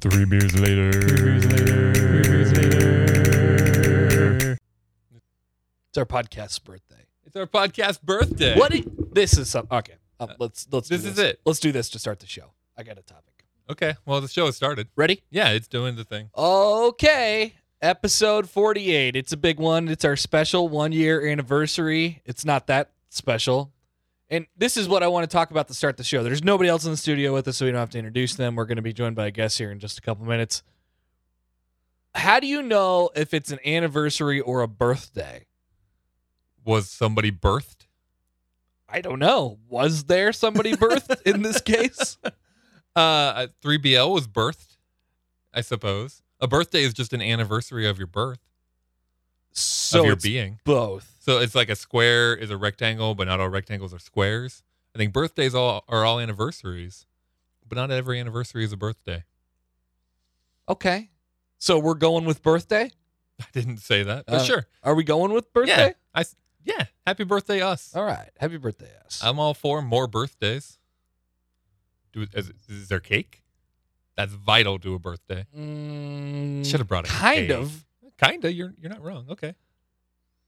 Three beers later. Three beers later. Three beers later. It's our podcast's birthday. It's our podcast birthday. What? i- this is some okay. um, let's let's. do this is it. Let's do this to start the show. I got a topic. Okay. Well, the show has started. Ready? Yeah, it's doing the thing. Okay. Episode forty-eight. It's a big one. It's our special one-year anniversary. It's not that special. And this is what I want to talk about to start the show. There's nobody else in the studio with us, so we don't have to introduce them. We're going to be joined by a guest here in just a couple minutes. How do you know if it's an anniversary or a birthday? Was somebody birthed? I don't know. Was there somebody birthed in this case? Uh, 3BL was birthed, I suppose. A birthday is just an anniversary of your birth, So of your it's being. both. So it's like a square is a rectangle, but not all rectangles are squares. I think birthdays all are all anniversaries, but not every anniversary is a birthday. Okay. So we're going with birthday? I didn't say that, but Uh, sure. Are we going with birthday? I s- yeah. Happy birthday, us. All right. Happy birthday, us. I'm all for more birthdays. Do is, is there cake? That's vital to a birthday. Mm, Should have brought it. kind of. Kinda. You're you're not wrong. Okay.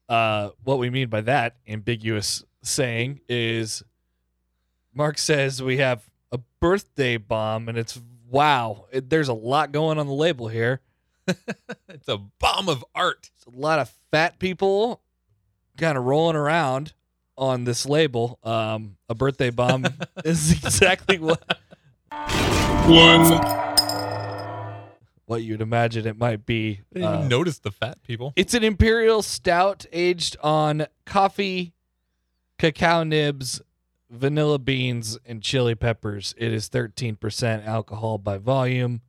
Uh, what we mean by that ambiguous saying is Mark says we have a birthday bomb, and it's wow. It, there's a lot going on the label here. It's a bomb of art. It's a lot of fat people kind of rolling around on this label. Um, a birthday bomb is exactly what what you'd imagine it might be. I didn't Uh, even notice the fat people. It's an imperial stout aged on coffee, cacao nibs, vanilla beans, and chili peppers. It is 13% alcohol by volume,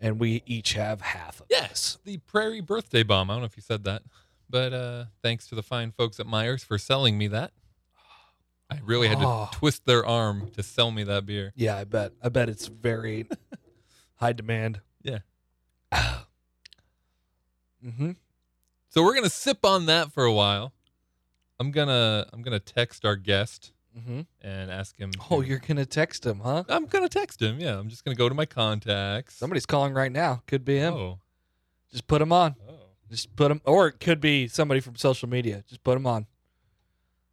and we each have half of it. Yes. The prairie birthday bomb. I don't know if you said that. But uh thanks to the fine folks at Myers for selling me that. I really had to Oh. twist their arm to sell me that beer. Yeah, I bet. I bet it's very high demand. Yeah. hmm So we're gonna sip on that for a while. I'm gonna I'm gonna text our guest hmm and ask him to- Oh, you're gonna text him, huh? I'm gonna text him. Yeah, I'm just gonna go to my contacts. Somebody's calling right now. Could be him. Oh, Just put him on. oh. Just put him, or it could be somebody from social media. Just put him on.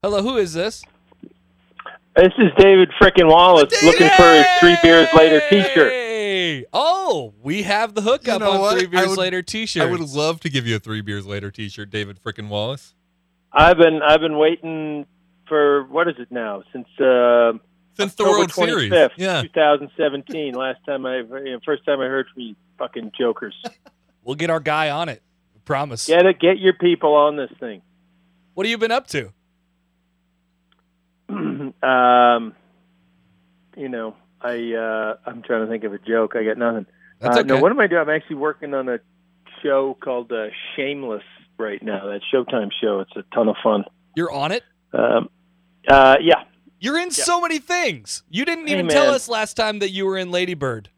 Hello, who is this? This is David Frickin' Wallace looking for his three beers later T-shirt. Hey! Oh, we have the hookup You know on what? three I beers would- later T-shirt. I would love to give you a three beers later T-shirt, David frickin' Wallace. I've been I've been waiting for what is it now since uh, Since the October World twenty Series, fifth, yeah, 2017. Last time I first time I heard from you, fucking jokers. We'll get our guy on it. I promise. Get it, get your people on this thing. What have you been up to? um, you know, I uh, I'm trying to think of a joke. I got nothing. That's uh, okay. No, what am I doing? I'm actually working on a show called uh, Shameless right now. That Showtime show. It's a ton of fun. You're on it. Um, uh, yeah. You're in so many things. You didn't Hey, even tell man. us last time that you were in Ladybird.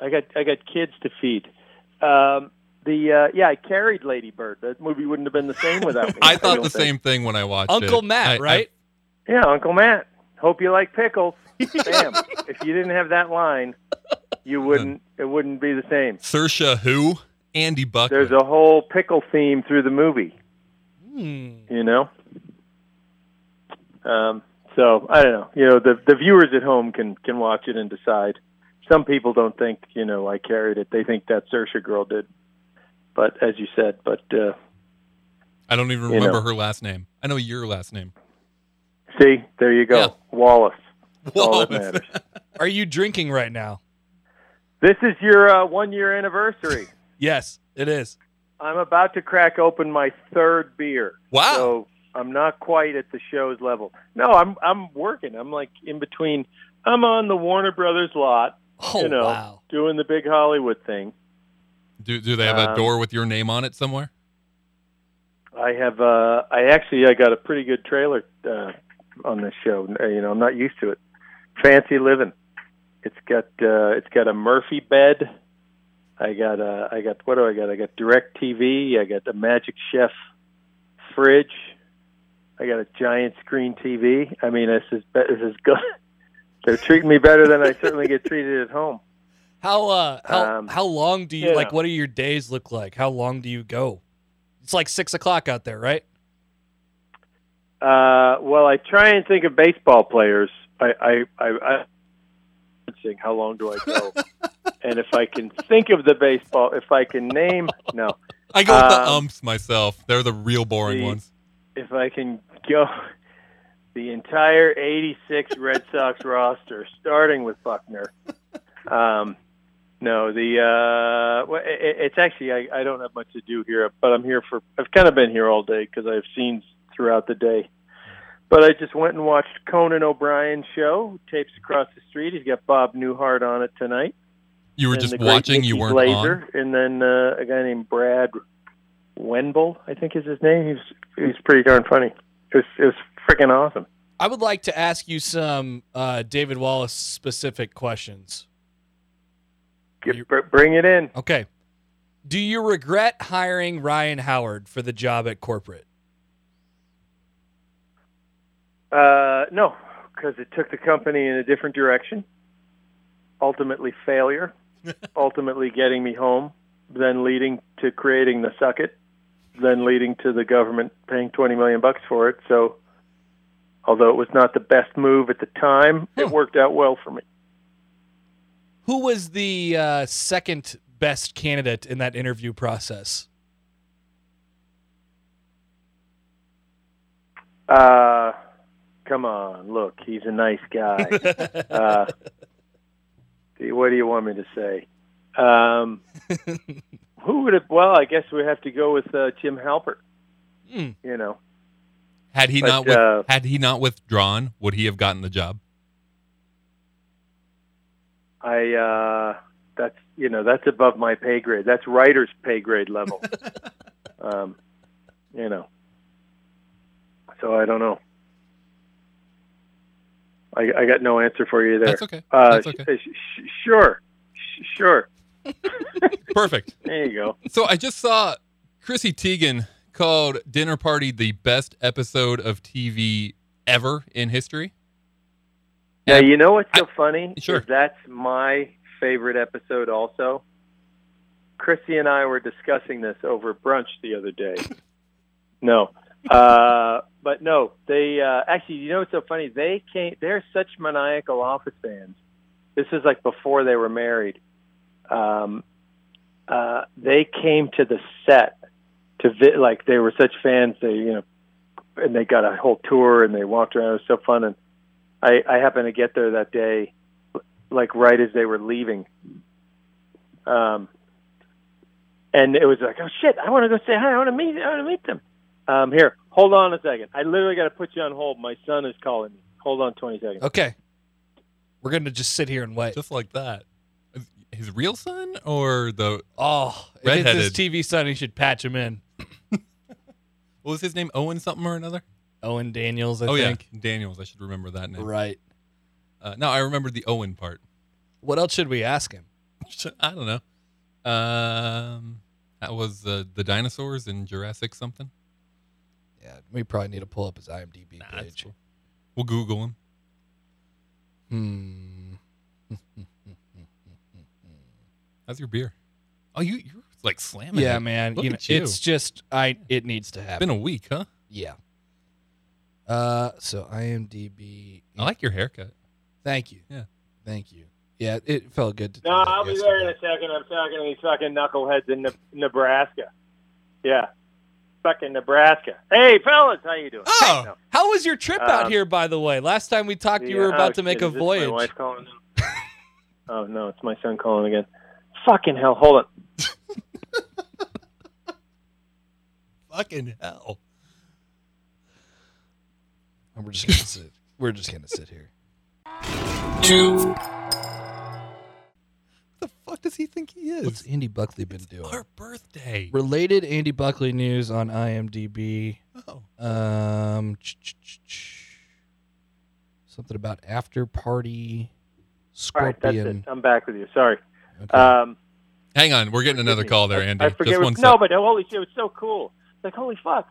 I got I got kids to feed. Um, the uh, yeah, I carried Lady Bird. That movie wouldn't have been the same without me. I thought don't the think. same thing when I watched it. Uncle I- I- Matt, right? Yeah, Uncle Matt. Hope you like pickles. Damn, if you didn't have that line, Hmm. you wouldn't. It wouldn't be the same. Saoirse who? Andy Buck. There's a whole pickle theme through the movie. Hmm. You know. Um, so I don't know. You know, the the viewers at home can can watch it and decide. Some people don't think you know I carried it. They think that Sersha girl did. But as you said, but uh, I don't even you remember know. her last name. I know your last name. See, there you go, Yeah. Wallace. That's all that Wallace. matters. Are you drinking right now? This is your uh, one-year anniversary. Yes, it is. I'm about to crack open my third beer, Wow. so I'm not quite at the show's level. No, I'm I'm working. I'm like in between. I'm on the Warner Brothers lot Oh You know. wow. doing the big Hollywood thing. do do they have a Um, door with your name on it somewhere? I have. Uh, I actually I got a pretty good trailer uh, on this show. Uh, You know, I'm not used to it. Fancy living. It's got uh, it's got a Murphy bed. I got uh, I got what do I got? I got Direct TV. I got the Magic Chef fridge. I got a giant screen TV. I mean, this is be- this is good. They're treating me better than I certainly get treated at home. How uh how Um, how long do you yeah. like? What do your days look like? How long do you go? It's like six o'clock out there, right? Uh, well, I try and think of baseball players. I, I, I, I think, how long do I go? and if I can think of the baseball, if I can name, no, I go with the Um, umps myself. They're the real boring the- ones. if I can go the entire 86 Red Sox roster, starting with Buckner. Um, no, the uh, well, it, it- it's actually I, I don't have much to do here, but I'm here for. I've kind of been here all day because I have scenes throughout the day. But I just went and watched Conan O'Brien's show, tapes across the street. He's got Bob Newhart on it tonight. You were and just the great watching. You Nikki weren't on. Glaser, And then uh, a guy named Brad Wenble, I think is his name. He's he's pretty darn funny. It was it was freaking awesome. I would like to ask you some uh, David Wallace specific questions. Get- You- br- bring it in. Okay. Do you regret hiring Ryan Howard for the job at corporate? Uh, no, because it took the company in a different direction. Ultimately, failure. ultimately, getting me home. Then leading to creating the suck it. Then leading to the government paying twenty million bucks for it. So, although it was not the best move at the time, it Hmm. worked out well for me. Who was the uh, second best candidate in that interview process? Uh, come on, look, he's a nice guy. uh, see, what do you want me to say? Um, who would have? Well, I guess we have to go with uh, Jim Halpert. Hmm. You know, Had he But, not with, uh, had he not withdrawn, would he have gotten the job? I uh, that's you know that's above my pay grade. That's writer's pay grade level. um, you know, so I don't know. I, I got no answer for you there. That's okay. uh, that's okay. sh- sh- sh- sure, sh- sure. Perfect. There you go. So I just saw Chrissy Teigen called Dinner Party the best episode of TV ever in history. Now And- you know what's so funny? Sure. Is That's my favorite episode also. Chrissy and I were discussing this over brunch the other day. no. Uh, but no, they uh, actually you know what's so funny? They came they're such maniacal office fans. This is like before they were married. Um, uh, they came to the set to vi- like they were such fans they you know and they got a whole tour and they walked around it was so fun and I, I happened to get there that day, like right as they were leaving. Um, and it was like, oh shit, I want to go say hi. I want to meet. I want to meet them. Um, here, hold on a second. I literally got to put you on hold. My son is calling me. Hold on, twenty seconds. Okay. We're going to just sit here and wait. Just like that. His real son or the Oh, if it's his Redheaded. TV son, he should patch him in. what was his name? Owen something or another? Owen Daniels, I oh think. yeah, Daniels. I should remember that name. Right. Uh, no, I remember the Owen part. What else should we ask him? I don't know. Um, that was uh, the dinosaurs in Jurassic something. Yeah, we probably need to pull up his IMDb Nah, that's page. cool. We'll Google him. Hmm. How's your beer? Oh, you you're like slamming. Yeah, it. man. Look You know, at you. it's just I. It needs to It's been happen. a week, huh? yeah. Uh, so IMDb. I like your haircut. Thank you. Yeah. Thank you. Yeah, it felt good. To do No, that I'll be there in a yesterday. second. I'm talking to these fucking knuckleheads in Ne- Nebraska. Yeah, fucking Nebraska. Hey, fellas, how you doing? Oh, No. how was your trip out Um, here? By the way, last time we talked, you were Yeah, about oh, to make shit, a is this voyage. My wife calling now? oh no, it's my son calling again. Fucking hell! Hold on. Fucking hell. And we're just gonna sit. We're just gonna sit here. the fuck does he think he is? What's Andy Buckley been doing? Our birthday. Related Andy Buckley news on IMDb. Oh. Um, ch- ch- ch- ch- something about after party All right, that's it. scorpion. I'm back with you. Sorry. Okay. Um, Hang on, we're getting another me. call there, I- Andy. I forget. Just what- one no, sec. but holy shit, it was so cool. Like holy fuck.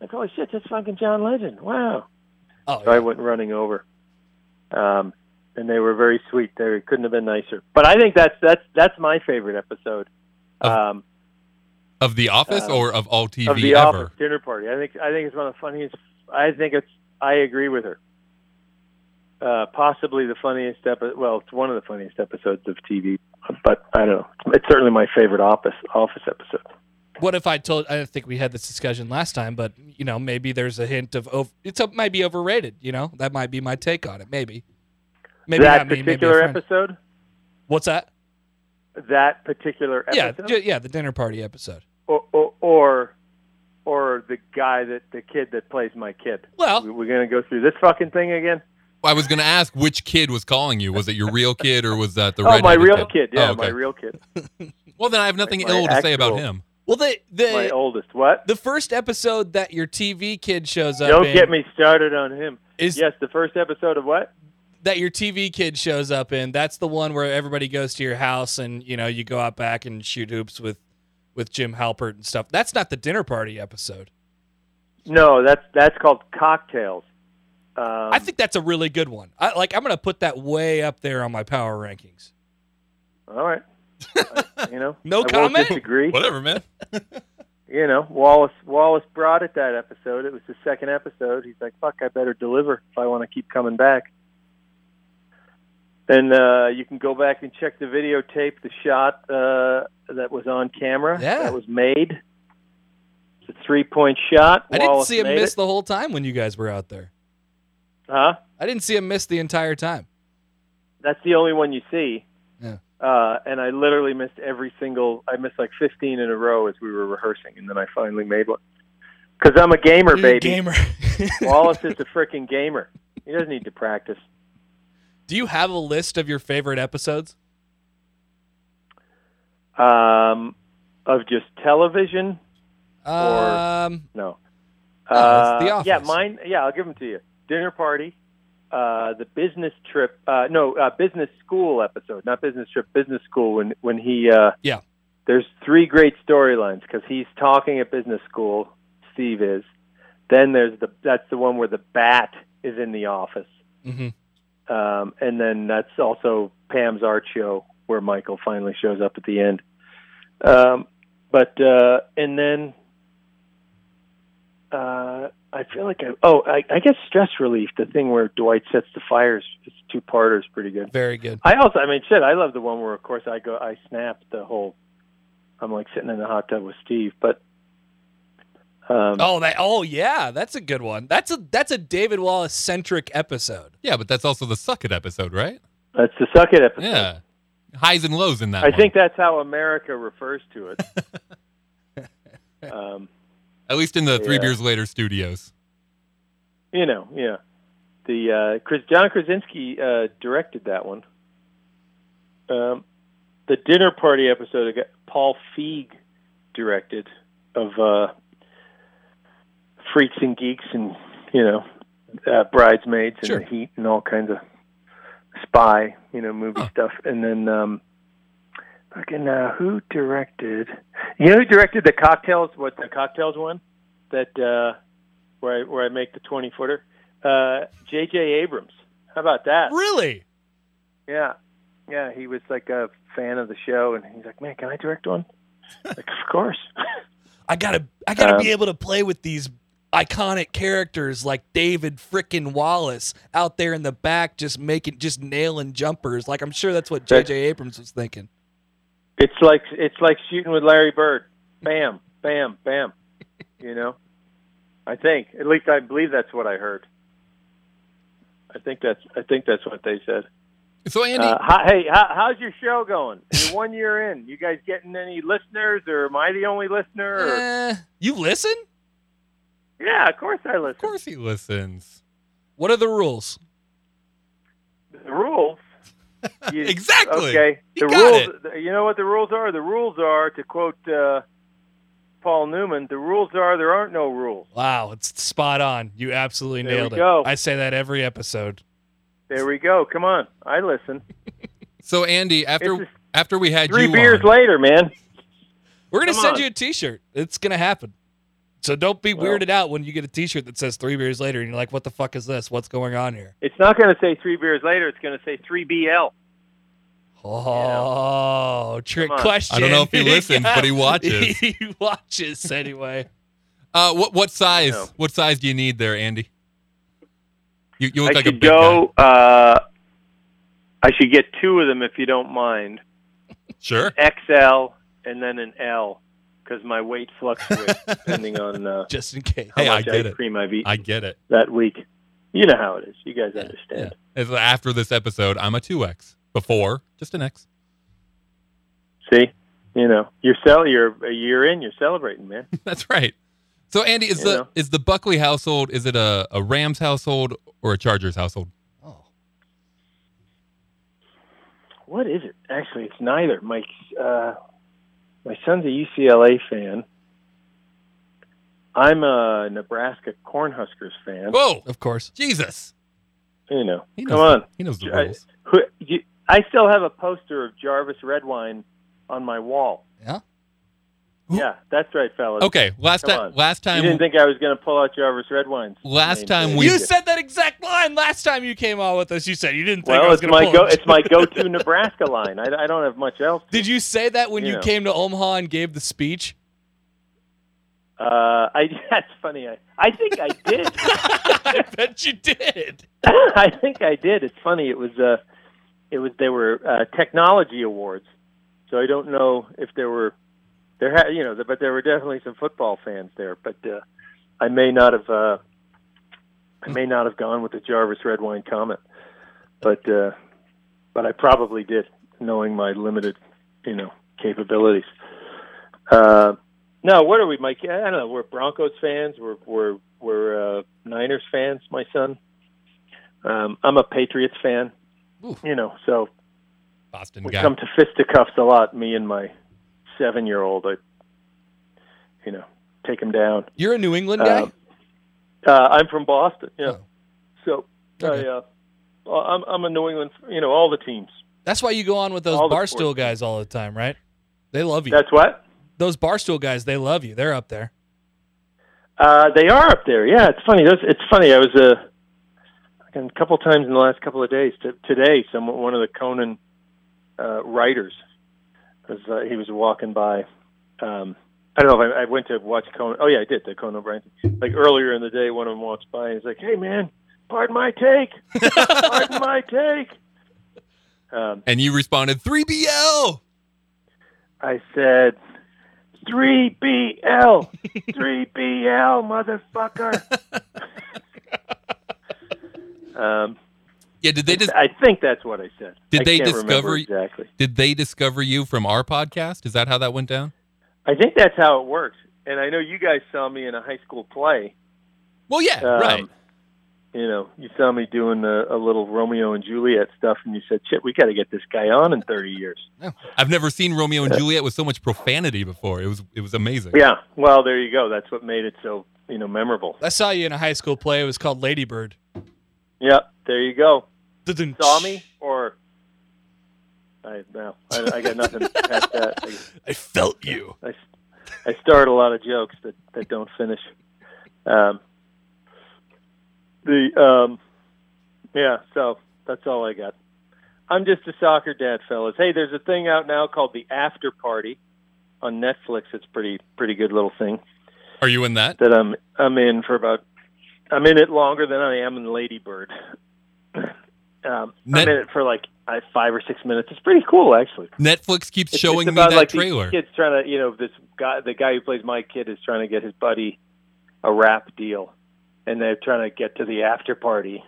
Like holy shit, that's fucking John Legend. Wow. oh, So I yeah. went running over. Um, and they were very sweet. They couldn't have been nicer. But I think that's that's that's my favorite episode Of um, Of The Office Uh, or of all TV of the ever? Office dinner party. I think I think it's one of the funniest. I think it's. I agree with her. Uh, possibly the funniest episode. Well, it's one of the funniest episodes of TV. But I don't know. It's certainly my favorite Office Office episode. What if I told? I think we had this discussion last time, but you know, maybe there's a hint of over, it's a, might be overrated. You know, that might be my take on it. Maybe, maybe that not me, maybe a particular friend. episode. What's that? That particular episode. Yeah, ju- yeah, the dinner party episode. or, or or or the guy that the kid that plays my kid. Well, We- We're gonna go through this fucking thing again. I was going to ask which kid was calling you. Was it your real kid or was that the oh, my redheaded real kid. Yeah, Oh, okay. my real kid. Well, then I have nothing my ill to say about actual- him. well, the My the oldest. What? the first episode that your TV kid shows up. Don't in get me started on him. Is Yes, the first episode of what? that your TV kid shows up in? That's the one where everybody goes to your house and you know you go out back and shoot hoops with with Jim Halpert and stuff. That's not the dinner party episode. No, that's that's called cocktails. Um, I think that's a really good one. I like. I'm gonna put that way up there on my power rankings. All right. I- you know. No I comment? Won't disagree. Whatever, man. You know, Wallace Wallace brought it that episode. It was the second episode. He's like, "Fuck, I better deliver if I want to keep coming back." And uh, you can go back and check the videotape, the shot uh, that was on camera Yeah. that was made. It's a three-point shot. I didn't Wallace see him made miss it. the whole time when you guys were out there. Huh? I didn't see him miss the entire time. That's the only one you see. Yeah. Uh, and I literally missed every single. I missed like 15 in a row as we were rehearsing, and then I finally made one. Because I'm a gamer, You're a baby. gamer. Wallace is a freaking gamer. He doesn't need to practice. Do you have a list of your favorite episodes? Um, of just television? um, No. Uh, No, Oh, it's The Office. Yeah, mine. Yeah, I'll give them to you. Dinner party, uh, the business trip. Uh, no, uh, business school episode, not business trip. Business school when when he. Uh, Yeah. There's three great storylines because he's talking at business school. Steve is. Then there's the that's the one where the bat is in the office. mhm. Um, and then that's also Pam's art show where Michael finally shows up at the end. Um, but uh, and then uh, I feel like I oh I, I guess stress relief the thing where Dwight sets the fires it's two parters pretty good. very good. I also I mean shit I love the one where of course I go I snap the whole I'm like sitting in the hot tub with Steve but um, Oh, that. Oh, yeah, that's a good one. That's a that's a David Wallace centric episode. Yeah, but that's also the Suck It episode, right? that's the suck it episode. Yeah. Highs and lows in that I one. think that's how America refers to it. um, At least in the Three Yeah. Beers Later studios. you know, yeah. The uh, Chris John Krasinski uh, directed that one. Um, the dinner party episode I got Paul Feig directed of uh, Freaks and Geeks and you know uh, Bridesmaids and Sure. The Heat and all kinds of spy you know movie Huh. stuff. And then um, fucking uh, who directed? You know who directed the cocktails? What the cocktails one? That uh, where I where I make the twenty footer? Uh, J.J. Abrams. How about that? Really? Yeah, yeah. He was like a fan of the show, and he's like, "Man, can I direct one?" like, of course. I gotta I gotta Um, be able to play with these iconic characters like David frickin' Wallace out there in the back just making just nailing jumpers. Like I'm sure that's what That- JJ Abrams was thinking. It's like it's like shooting with Larry Bird. Bam, bam, bam. You know, I think at least I believe that's what I heard. I think that's I think that's what they said. So, Andy, Uh, hi, hey, how, how's your show going? You're one year in. You guys getting any listeners, or am I the only listener? Or... Eh, you listen? Yeah, of course I of listen. course he listens. What are the rules? The rules. You- Exactly. Okay. You The got rules. the- You know what the rules are? The rules are to quote uh, Paul Newman. The rules are there aren't no rules. Wow, it's spot on. You absolutely There we nailed it. go. I say that every episode. There we go. Come on, I listen. So, Andy, It's after just after we had three you beers on, later, man. We're gonna Come send on. you a t shirt. It's gonna happen. So don't be Well- weirded out when you get a T-shirt that says three beers later, and you're like, "What the fuck is this? What's going on here?" It's not going to say three beers later. It's going to say three BL. Oh, trick Come on. question. I don't know if he listens, but he Yeah. watches. he watches anyway. Uh, what what size? No. What size do you need there, Andy? You, you look I like a should big guy. go. Uh, I should get two of them if you don't mind. Sure. XL and then an L because my weight fluctuates depending on uh, Just in case. how Hey, I much get ice it. cream I've eaten I get it. that week. You know how it is. You guys understand. It's after this episode, I'm a two X. Before, just an X. See, you know, you're cel- you're a year in. You're celebrating, man. That's right. So Andy, is You the know. is the Buckley household? Is it a, a Rams household or a Chargers household? Oh, what is it? Actually, it's neither. My uh, my son's a UCLA fan. I'm a Nebraska Cornhuskers fan. Whoa, of course. Jesus! You know, He knows come on. He knows the I- rules. Who, you, I still have a poster of Jarvis Redwine on my wall. Yeah? Who- Yeah, that's right, fellas. Okay, last Come time. on. Last You didn't time. think I was going to pull out Jarvis Redwine's Last name, time did we- You said that exact line last time you came on with us. You said you didn't think I Well, was it's going to my pull go. it. It's my go-to Nebraska line. I, I don't have much else. Did you say that when you Yeah. came to Omaha and gave the speech? Uh, I that's funny. I I think I did. I bet you did. I think I did. It's funny. It was uh, it was there were uh, technology awards, so I don't know if there were there had you know, but there were definitely some football fans there. But uh, I may not have uh, I may not have gone with the Jarvis Redwine comment, but uh, but I probably did, knowing my limited you know capabilities. Uh, no, what are we, Mike? I don't know. We're Broncos fans. We're we're we're uh, Niners fans. My son. Um, I'm a Patriots fan, Ooh. you know, so Boston we guy. come to fisticuffs a lot. Me and my seven-year-old, I, you know, take him down. You're a New England guy. Um, uh, I'm from Boston, yeah. Oh. So Okay. I, uh, well, I'm I'm a New England, you know, all the teams. That's why you go on with those all the barstool sports. guys all the time, right? They love you. That's what those barstool guys, they love you. They're up there. uh, they are up there. Yeah, it's funny. That's it's funny. I was uh, a couple times in the last couple of days. T- today, someone one of the Conan uh, writers was uh, he was walking by. Um, I don't know if I, I went to watch Conan. Oh yeah, I did the Conan O'Brien. Thing. Like earlier in the day, one of them walks by and he's like, "Hey man, pardon my take, pardon my take." Um, and you responded three BL. I said, 3BL, 3BL, motherfucker. um, Yeah. Did they just I think that's what I said. Did I they can't discover- remember exactly? did they discover you from our podcast? Is that how that went down? I think that's how it works. And I know you guys saw me in a high school play. Well, yeah, Um, right. You know, you saw me doing a, a little Romeo and Juliet stuff, and you said, "Shit, we got to get this guy on in 30 years." I've never seen Romeo and Juliet with so much profanity before. It was it was amazing. Yeah. Well, there you go. That's what made it so you know memorable. I saw you in a high school play. It was called Ladybird. Yep. There you go. Dun-dun. saw me or I no, I, I got nothing past that. I, I felt you. I, I start a lot of jokes that, that don't finish. Um, the um, yeah, so that's all I got. I'm just a soccer dad, fellas. Hey, there's a thing out now called the After Party on Netflix. It's pretty pretty good little thing Are you in that? that I'm I'm in for about I'm in it longer than I am in Ladybird. Um, Net- I'm in it for like I, five or six minutes. It's pretty cool actually. Netflix keeps It's, showing it's me about that like these trailer. Kids trying to you know this guy the guy who plays my kid is trying to get his buddy a rap deal, and they're trying to get to the after party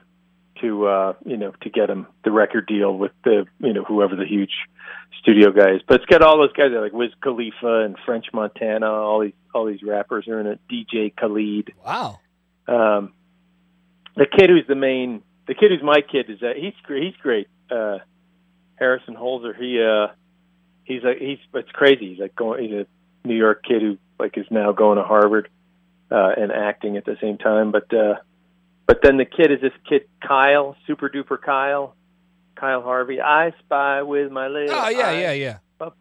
to uh, you know to get him the record deal with the you know whoever the huge studio guy is. But it's got all those guys like Wiz Khalifa and French Montana. All these all these rappers are in it. DJ Khalid Wow. um, the kid who's the main, the kid who's my kid is that he's gr- he's great. Uh, Harrison Holzer, he uh, he's like he's it's crazy. He's like going, he's a New York kid who like is now going to Harvard uh, and acting at the same time. But uh, but then the kid is this kid Kyle, super duper Kyle, Kyle Harvey. I spy with my little. Oh yeah, eye. yeah, yeah. But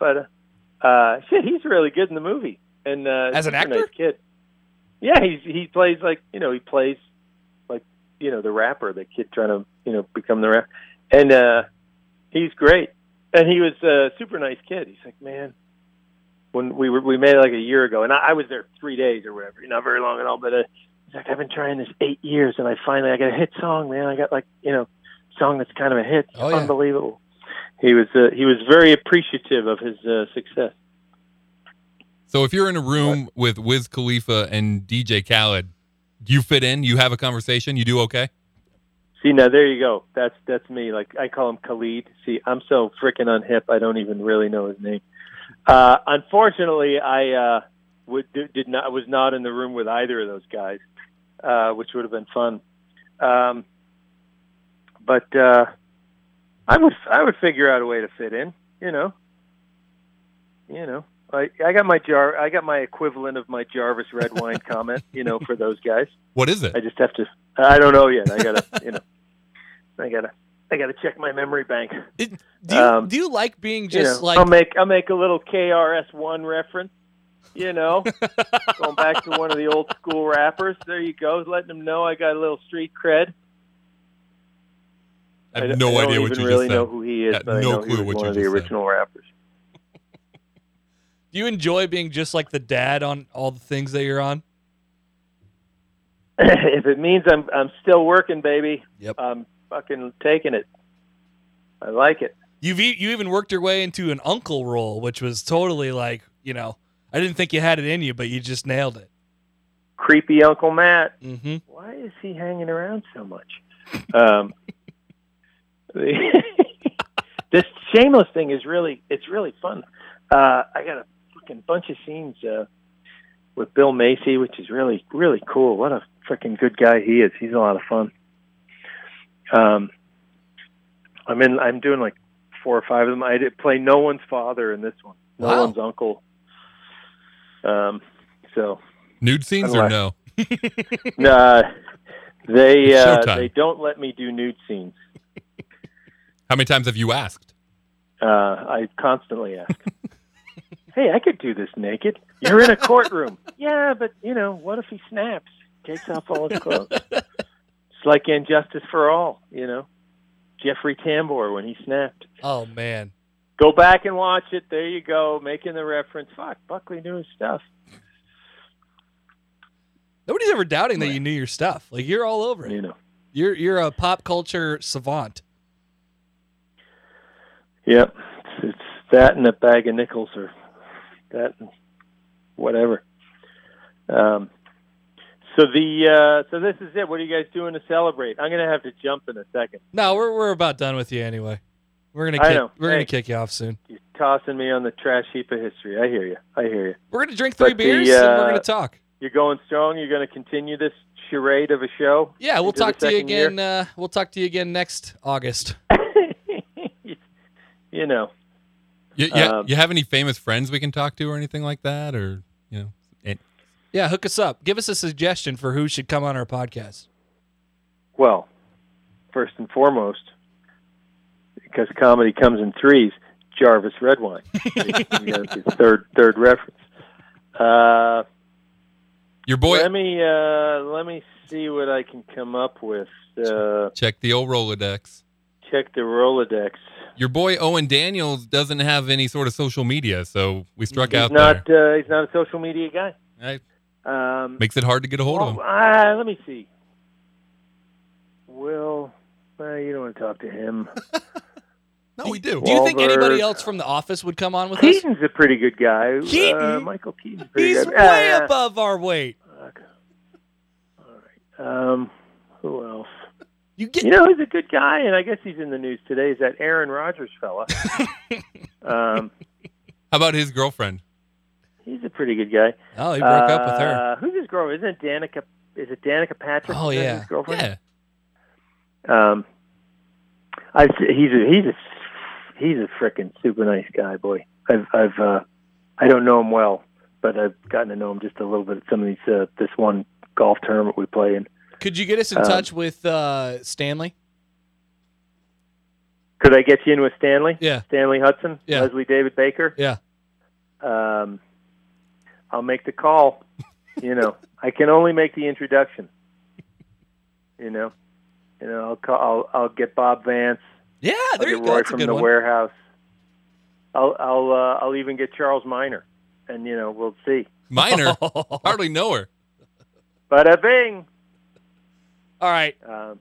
uh, uh, shit, he's really good in the movie. And uh, As an he's a nice actor? kid. Yeah, he's he plays like you know he plays like you know the rapper, the kid trying to you know become the rapper, and uh, he's great. And he was a super nice kid. He's like, man, when we were we made it like a year ago, and I, I was there three days or whatever, not very long at all. But uh, he's like, I've been trying this eight years, and I finally I got a hit song, man. I got like you know song that's kind of a hit, Oh, yeah. unbelievable. He was uh, he was very appreciative of his uh, success. So if you're in a room with Wiz Khalifa and DJ Khaled, do you fit in? You have a conversation? You do okay? See now, there you go. That's that's me. Like I call him Khalid. See, I'm so freaking unhip. I don't even really know his name. Uh, unfortunately, I uh, would, did did not was not in the room with either of those guys, uh, which would have been fun. Um, but uh, I would I would figure out a way to fit in. You know, you know. I, I got my jar. I got my equivalent of my Jarvis red wine comment. You know, for those guys. What is it? I just have to. I don't know yet. I gotta, you know, I gotta, I gotta check my memory bank. It- do you Um, do you like being You just know, like I'll make, I'll make a little KRS One reference. You know, going back to one of the old school rappers. There you go, letting them know I got a little street cred. I d- have no I don't idea even what you really just know said. who he is, Got but I no know he clue what was one you of the just said. original rappers. do you enjoy being just like the dad on all the things that you're on? if it means I'm, I'm still working, baby. Yep. I'm fucking taking it. I like it. You've e- you even worked your way into an uncle role, which was totally like you know I didn't think you had it in you, but you just nailed it. Creepy Uncle Matt. Mm-hmm. why is he hanging around so much? Um, the- this shameless thing is really it's really fun. Uh, I got a fucking bunch of scenes uh, with Bill Macy, which is really really cool. What a freaking good guy he is. He's a lot of fun. Um, I'm in. I'm doing like four or five of them. I did play no one's father in this one. No Wow. one's uncle. Um, so Nude scenes or no? Nah, Uh, they It's uh, showtime. they don't let me do nude scenes. How many times have you asked? Uh, I constantly ask. hey, I could do this naked. You're in a courtroom. yeah, but you know, what if he snaps, takes off all his clothes? it's like injustice for all. You know, Jeffrey Tambor when he snapped. Oh man, Go back and watch it. There you go, making the reference. Fuck, Buckley knew his stuff. nobody's ever doubting that you knew your stuff. Like you're all over it. You know. You're you're a pop culture savant. Yep, it's, it's that and a bag of nickels or that and whatever. Um, so the uh, so this is it. What are you guys doing to celebrate? I'm gonna have to jump in a second. No, we're we're about done with you anyway. We're gonna I kick, know. we're Hey. gonna kick you off soon. You're tossing me on the trash heap of history. I hear you. I hear you. We're gonna drink three But the, beers and we're uh, gonna talk. You're going strong. You're gonna continue this charade of a show. Yeah, we'll into the talk to you second year? again. Uh, we'll talk to you again next August. you know. You, you, Um, you have any famous friends we can talk to or anything like that? Or, you know, and Yeah, hook us up. Give us a suggestion for who should come on our podcast. Well, first and foremost, because comedy comes in threes, Jarvis Redwine. You got the third third reference. Uh, your boy, let me uh, let me see what I can come up with. Uh, check the old Rolodex. check the Rolodex. Your boy Owen Daniels doesn't have any sort of social media, so we struck He's out not uh, he's not a social media guy. there. Right. Um, Makes it hard to get a hold of him. well, uh, let me see. Will, well, uh, you don't want to talk to him. No, we do. Do you think anybody Wahlberg. else from The Office would come on with us? Keaton's a pretty good guy. Uh, Keaton? Michael Keaton's a pretty He's good. way Ah, above our weight. Okay. All right. Um, who else? You get You know, he's a good guy, and I guess he's in the news today. Is that Aaron Rodgers fella? How um, about his girlfriend? he's a pretty good guy. Oh, he broke up with her. Uh, Who's his girlfriend? Isn't it Danica? Is it Danica Patrick? Oh, Is that yeah. his girlfriend. Yeah. Um, I he's a he's a he's a frickin' super nice guy, boy. I've I've uh, I don't know him well, but I've gotten to know him just a little bit at some of these uh, this one golf tournament we play in. Could you get us in um, touch with uh, Stanley? Could I get you in with Stanley? Yeah. Stanley Hudson, Yeah. Leslie David Baker. Yeah. Um, I'll make the call. you know, I can only make the introduction. You know, you know, I'll call, I'll, I'll get Bob Vance. Yeah, I'll Ah, there you get go. Roy That's a from good the one. warehouse. I'll I'll uh, I'll even get Charles Miner, and you know we'll see. Minor, hardly know her. Bada bing. All right. Um,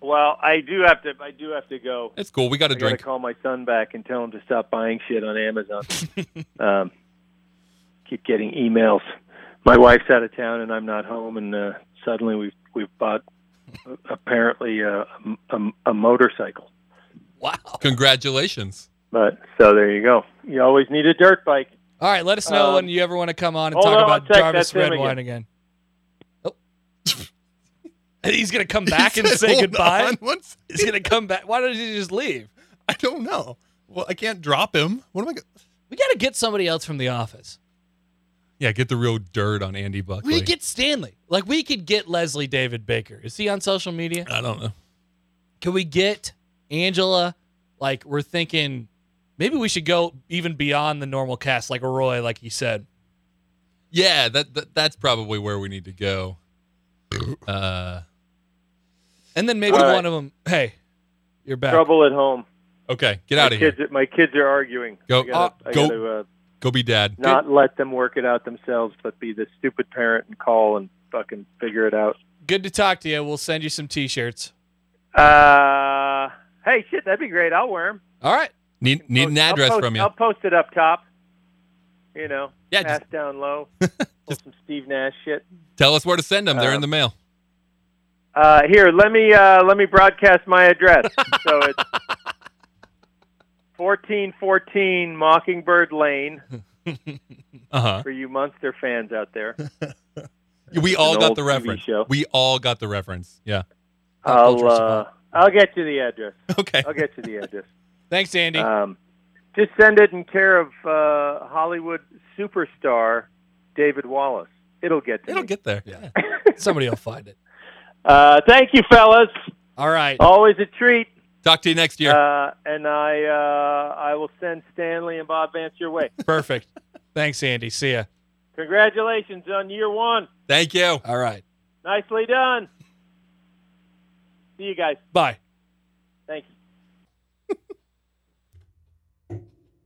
well, I do have to I do have to go. It's cool. We got a I gotta drink. call my son back and tell him to stop buying shit on Amazon. um, keep getting emails. My wife's out of town and I'm not home, and uh, suddenly we've we've bought uh, apparently a, a, a motorcycle. Wow. Congratulations. But so there you go. You always need a dirt bike. All right. Let us know Um, when you ever want to come on and hold talk on one about sec, Jarvis that's him Red Wine again. Oh. He's gonna come back He and said, say "Hold goodbye. on one sec." He's gonna come back. Why don't you just leave? I don't know. Well, I can't drop him. What am I? Go- We gotta get somebody else from the office. yeah, get the real dirt on Andy Buckley. We could get Stanley. Like we could get Leslie David Baker. Is he on social media? I don't know. Can we get Angela? Like we're thinking, maybe we should go even beyond the normal cast, like Roy, like he said. Yeah, that, that that's probably where we need to go. Uh, And then maybe All right. one of them. Hey, you're back. Trouble at home. okay, get out my of here. Kids, my kids are arguing. Go- I gotta, uh, I go- gotta, uh, Go be dad. not let them work it out themselves, but be the stupid parent and call and fucking figure it out. Good to talk to you. We'll send you some T-shirts. Uh, hey, shit, that'd be great. I'll wear them. All right. Need need an I'll address post- from you. I'll post it up top. You know, yeah, pass just down low. pull some Steve Nash shit. tell us where to send them. They're in Um, the mail. Uh, here, let me uh, let me broadcast my address. so it's fourteen fourteen Mockingbird Lane Uh huh. for you Munster fans out there. We all an got old the TV reference. show. We all got the reference. Yeah. Pop I'll culture uh, savant. I'll get you the address. Okay. I'll get you the address. Thanks, Andy. Um, just send it in care of uh, Hollywood superstar David Wallace. It'll get to It'll me. get there. Yeah. Yeah. Somebody will find it. uh, thank you, fellas. All right. Always a treat. Talk to you next year. Uh, and I uh, I will send Stanley and Bob Vance your way. Perfect. Thanks, Andy. See ya. Congratulations on year one. Thank you. All right. Nicely done. See you guys. Bye. Thanks.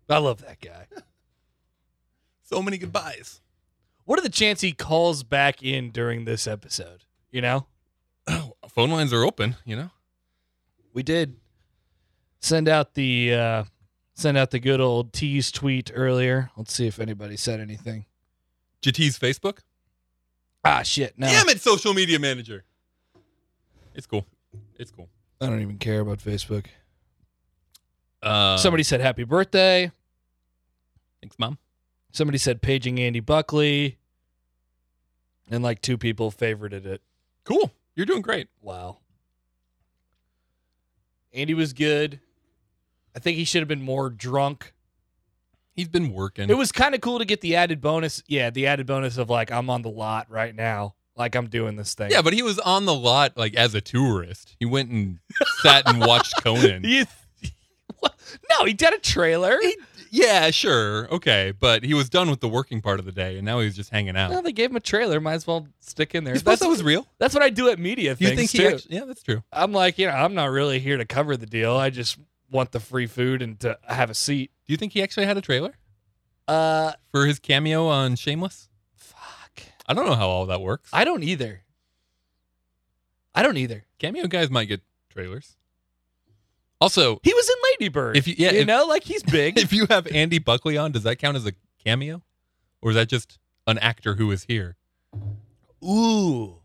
I love that guy. So many goodbyes. What are the chance he calls back in during this episode? You know, Phone lines are open. You know. we did send out the uh send out the good old tease tweet earlier. Let's see if anybody said anything. JT's Facebook. Ah, shit. No, Damn it, social media manager. It's cool. It's cool. I don't even care about Facebook. Uh, Somebody said happy birthday. Thanks, mom. Somebody said paging Andy Buckley, and like two people favorited it. Cool. You're doing great. Wow. Andy was good. I think he should have been more drunk. He's been working. It was kind of cool to get the added bonus. Yeah, the added bonus of like I'm on the lot right now. Like I'm doing this thing. yeah, but he was on the lot like as a tourist. He went and sat and watched Conan. you what? No, he did a trailer. Yeah, sure. Okay. But he was done with the working part of the day and now he's just hanging No, out. they gave him a trailer. Might as well stick in there. You suppose That's, that was real? that's what I do at media You things think he too. actu- Yeah, that's true. I'm like, you know, I'm not really here to cover the deal. I just want the free food and to have a seat. Do you think he actually had a trailer Uh, for his cameo on Shameless? fuck. I don't know how all that works. I don't either. I don't either. cameo guys might get trailers. Also, He was in Ladybird. If you- yeah, you if- know, like he's big. if you have Andy Buckley on, does that count as a cameo? Or is that just an actor who is here? Ooh,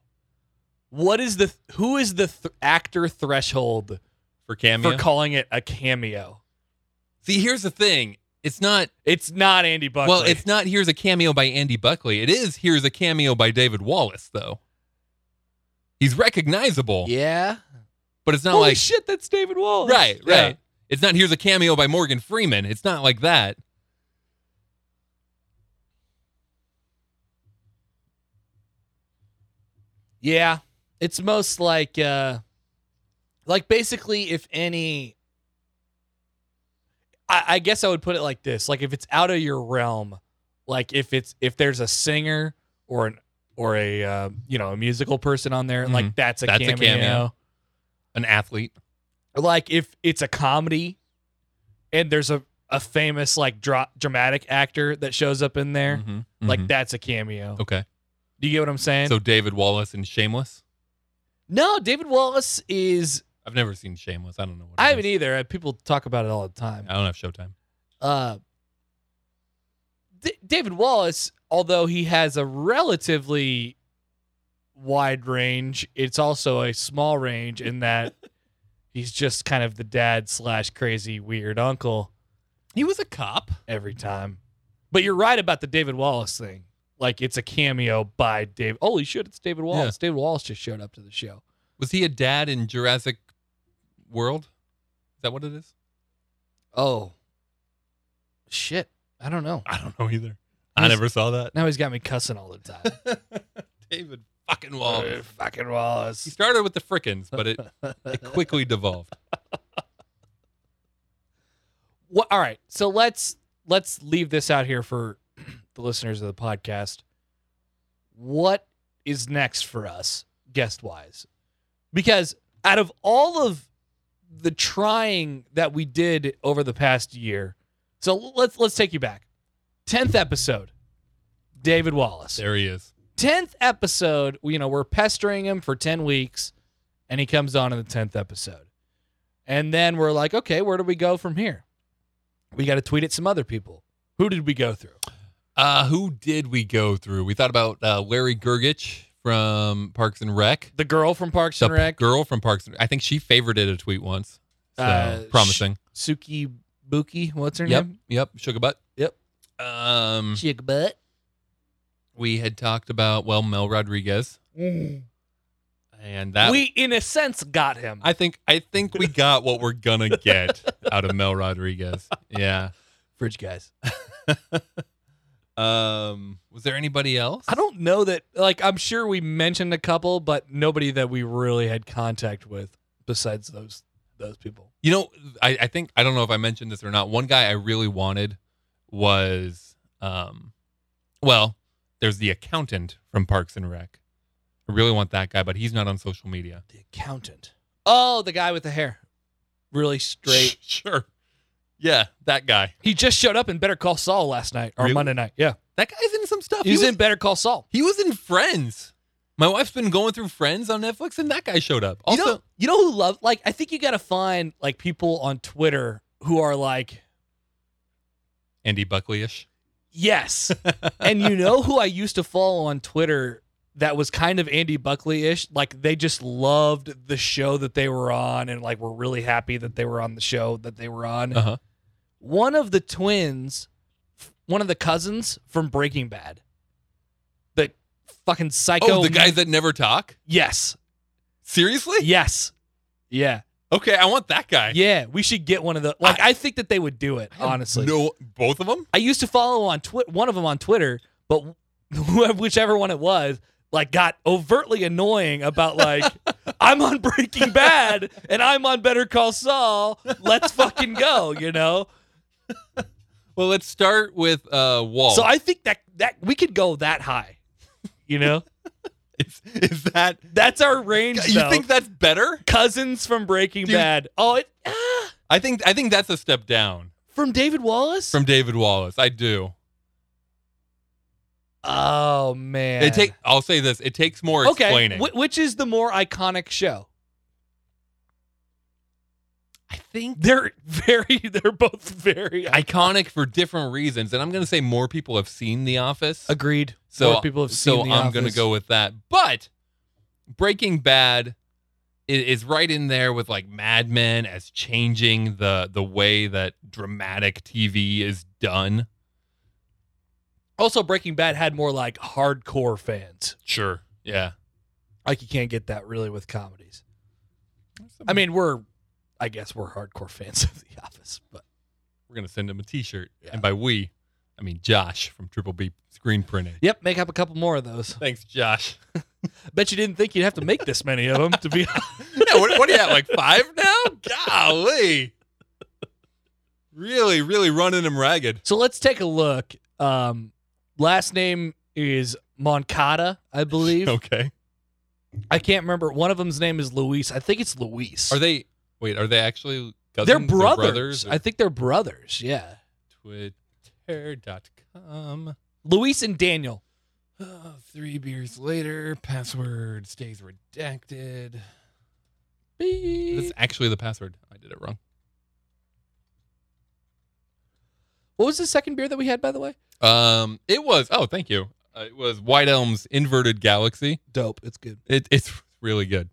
what is the who is the th- actor threshold For cameo? for calling it a cameo? See, here's the thing. It's not It's not Andy Buckley. Well, it's not here's a cameo by Andy Buckley. It is here's a cameo by David Wallace, though. He's recognizable, yeah. but it's not Holy like shit, that's David Wallace. right, right. Yeah. It's not here's a cameo by Morgan Freeman. It's not like that. Yeah. It's most like uh like basically if any I, I guess I would put it like this. Like if it's out of your realm, like if it's if there's a singer or an or a uh, you know a musical person on there, and like that's a Mm-hmm. That's a cameo. cameo. An athlete. Like if it's a comedy, and there's a a famous like dra- dramatic actor that shows up in there, Mhm, like mhm. that's a cameo. Okay. Do you get what I'm saying? So David Wallace and Shameless. no, David Wallace is. I've never seen Shameless. I don't know what. it I haven't is. either. Uh, People talk about it all the time. I don't have Showtime. Uh, D- David Wallace, although he has a relatively wide range, it's also a small range in that he's just kind of the dad slash crazy weird uncle He was a cop. every time. But you're right about the David Wallace thing. Like it's a cameo by Dave. Holy shit! It's David Wallace. David Wallace just showed up to the show. Was he a dad in Jurassic World? Is that what it is? Oh, shit! I don't know. I don't know either. He's- I never saw that. Now he's got me cussing all the time. David fucking Wallace. Oh, fucking Wallace. He started with the frickins, but it, it quickly devolved. Wha- all right so let's let's leave this out here for the listeners of the podcast what is next for us guest wise because out of all of the trying that we did over the past year so let's let's take you back 10th episode david wallace There he is. 10th episode, you know, we're pestering him for 10 weeks and he comes on in the 10th episode. And then we're like, okay, where do we go from here? We got to tweet at some other people. Who did we go through? Uh, who did we go through? We thought about uh, Larry Gergich from Parks and Rec. The girl from Parks The and Rec, girl from Parks and I think she favorited a tweet once. So Uh, promising. Suki Buki, what's her Yep. name? Yep. Sugar butt. Yep. Um, Chick butt. we had talked about well Mel Rodriguez, and that Mm. we, in a sense, got him. I think I think we got what we're gonna get out of Mel Rodriguez. Yeah. Fridge guys. Um, was there anybody else? I don't know that, like, I'm sure we mentioned a couple, but nobody that we really had contact with besides those those people. You know, I, I think I don't know if I mentioned this or not. One guy I really wanted was, um, well, there's the accountant from Parks and Rec. I really want that guy, but he's not on social media. The accountant. Oh, the guy with the hair. Really straight. sure. Yeah, that guy. he just showed up in Better Call Saul last night or Really? Monday night. Yeah. That guy's in some stuff. He's he was, in Better Call Saul. He was in Friends. My wife's been going through Friends on Netflix, and that guy showed up. Also, you know, you know who love like I think you gotta find like people on Twitter who are like, Andy Buckley-ish. yes. and you know who I used to follow on Twitter that was kind of Andy Buckley ish? Like they just loved the show that they were on and like were really happy that they were on the show that they were on. Uh huh. one of the twins, f- one of the cousins from Breaking Bad, the fucking psycho. Oh, the guys that never talk. Yes. Seriously? Yes. Yeah. Okay, I want that guy. Yeah. We should get one of the. Like, I, think that they would do it. I have Honestly, no, both of them. I used to follow on Twi- one of them on Twitter, but wh- whichever one it was, like, got overtly annoying about like, I'm on Breaking Bad and I'm on Better Call Saul. Let's fucking go. You know. Well, let's start with uh, Walt. So I think that that we could go that high. You know. is, is that That's our range. you though. think that's better? cousins from Breaking Dude. Bad? Oh, it, ah, I think I think that's a step down from David Wallace. from David Wallace. I do. oh man, It take. I'll say this. It takes more okay. explaining. wh- which is the more iconic show? I think They're very. They're both very. I- iconic for different reasons, and I'm going to say more people have seen The Office. agreed. So More people have seen. so The I'm going to Office. go with that. But Breaking Bad i- is right in there with like Mad Men as changing the the way that dramatic TV is done. Also, Breaking Bad had more like hardcore fans. Sure. Yeah. Like you can't get that really with comedies. I mean, we're, I guess we're hardcore fans of The Office, but we're gonna send him a T-shirt, Yeah. and by we, I mean Josh from Triple B Screen Printing. yep, make up a couple more of those. Thanks, Josh. Bet you didn't think you'd have to make this many of them to be. yeah, what, what are you at? Like five now? Golly, really, really running him ragged. So let's take a look. Um, last name is Moncada, I believe. Okay. I can't remember. One of them's name is Luis. I think it's Luis. Are they? Wait, are they actually cousins? They're brothers. They're I think they're brothers. Yeah. Twitter.com. Luis and Daniel. Oh, three beers later, password stays redacted. That's actually the password. I did it wrong. What was the second beer that we had, by the way? Um, it was. Oh, thank you. Uh, it was White Elm's Inverted Galaxy. Dope. It's good. It, it's really good.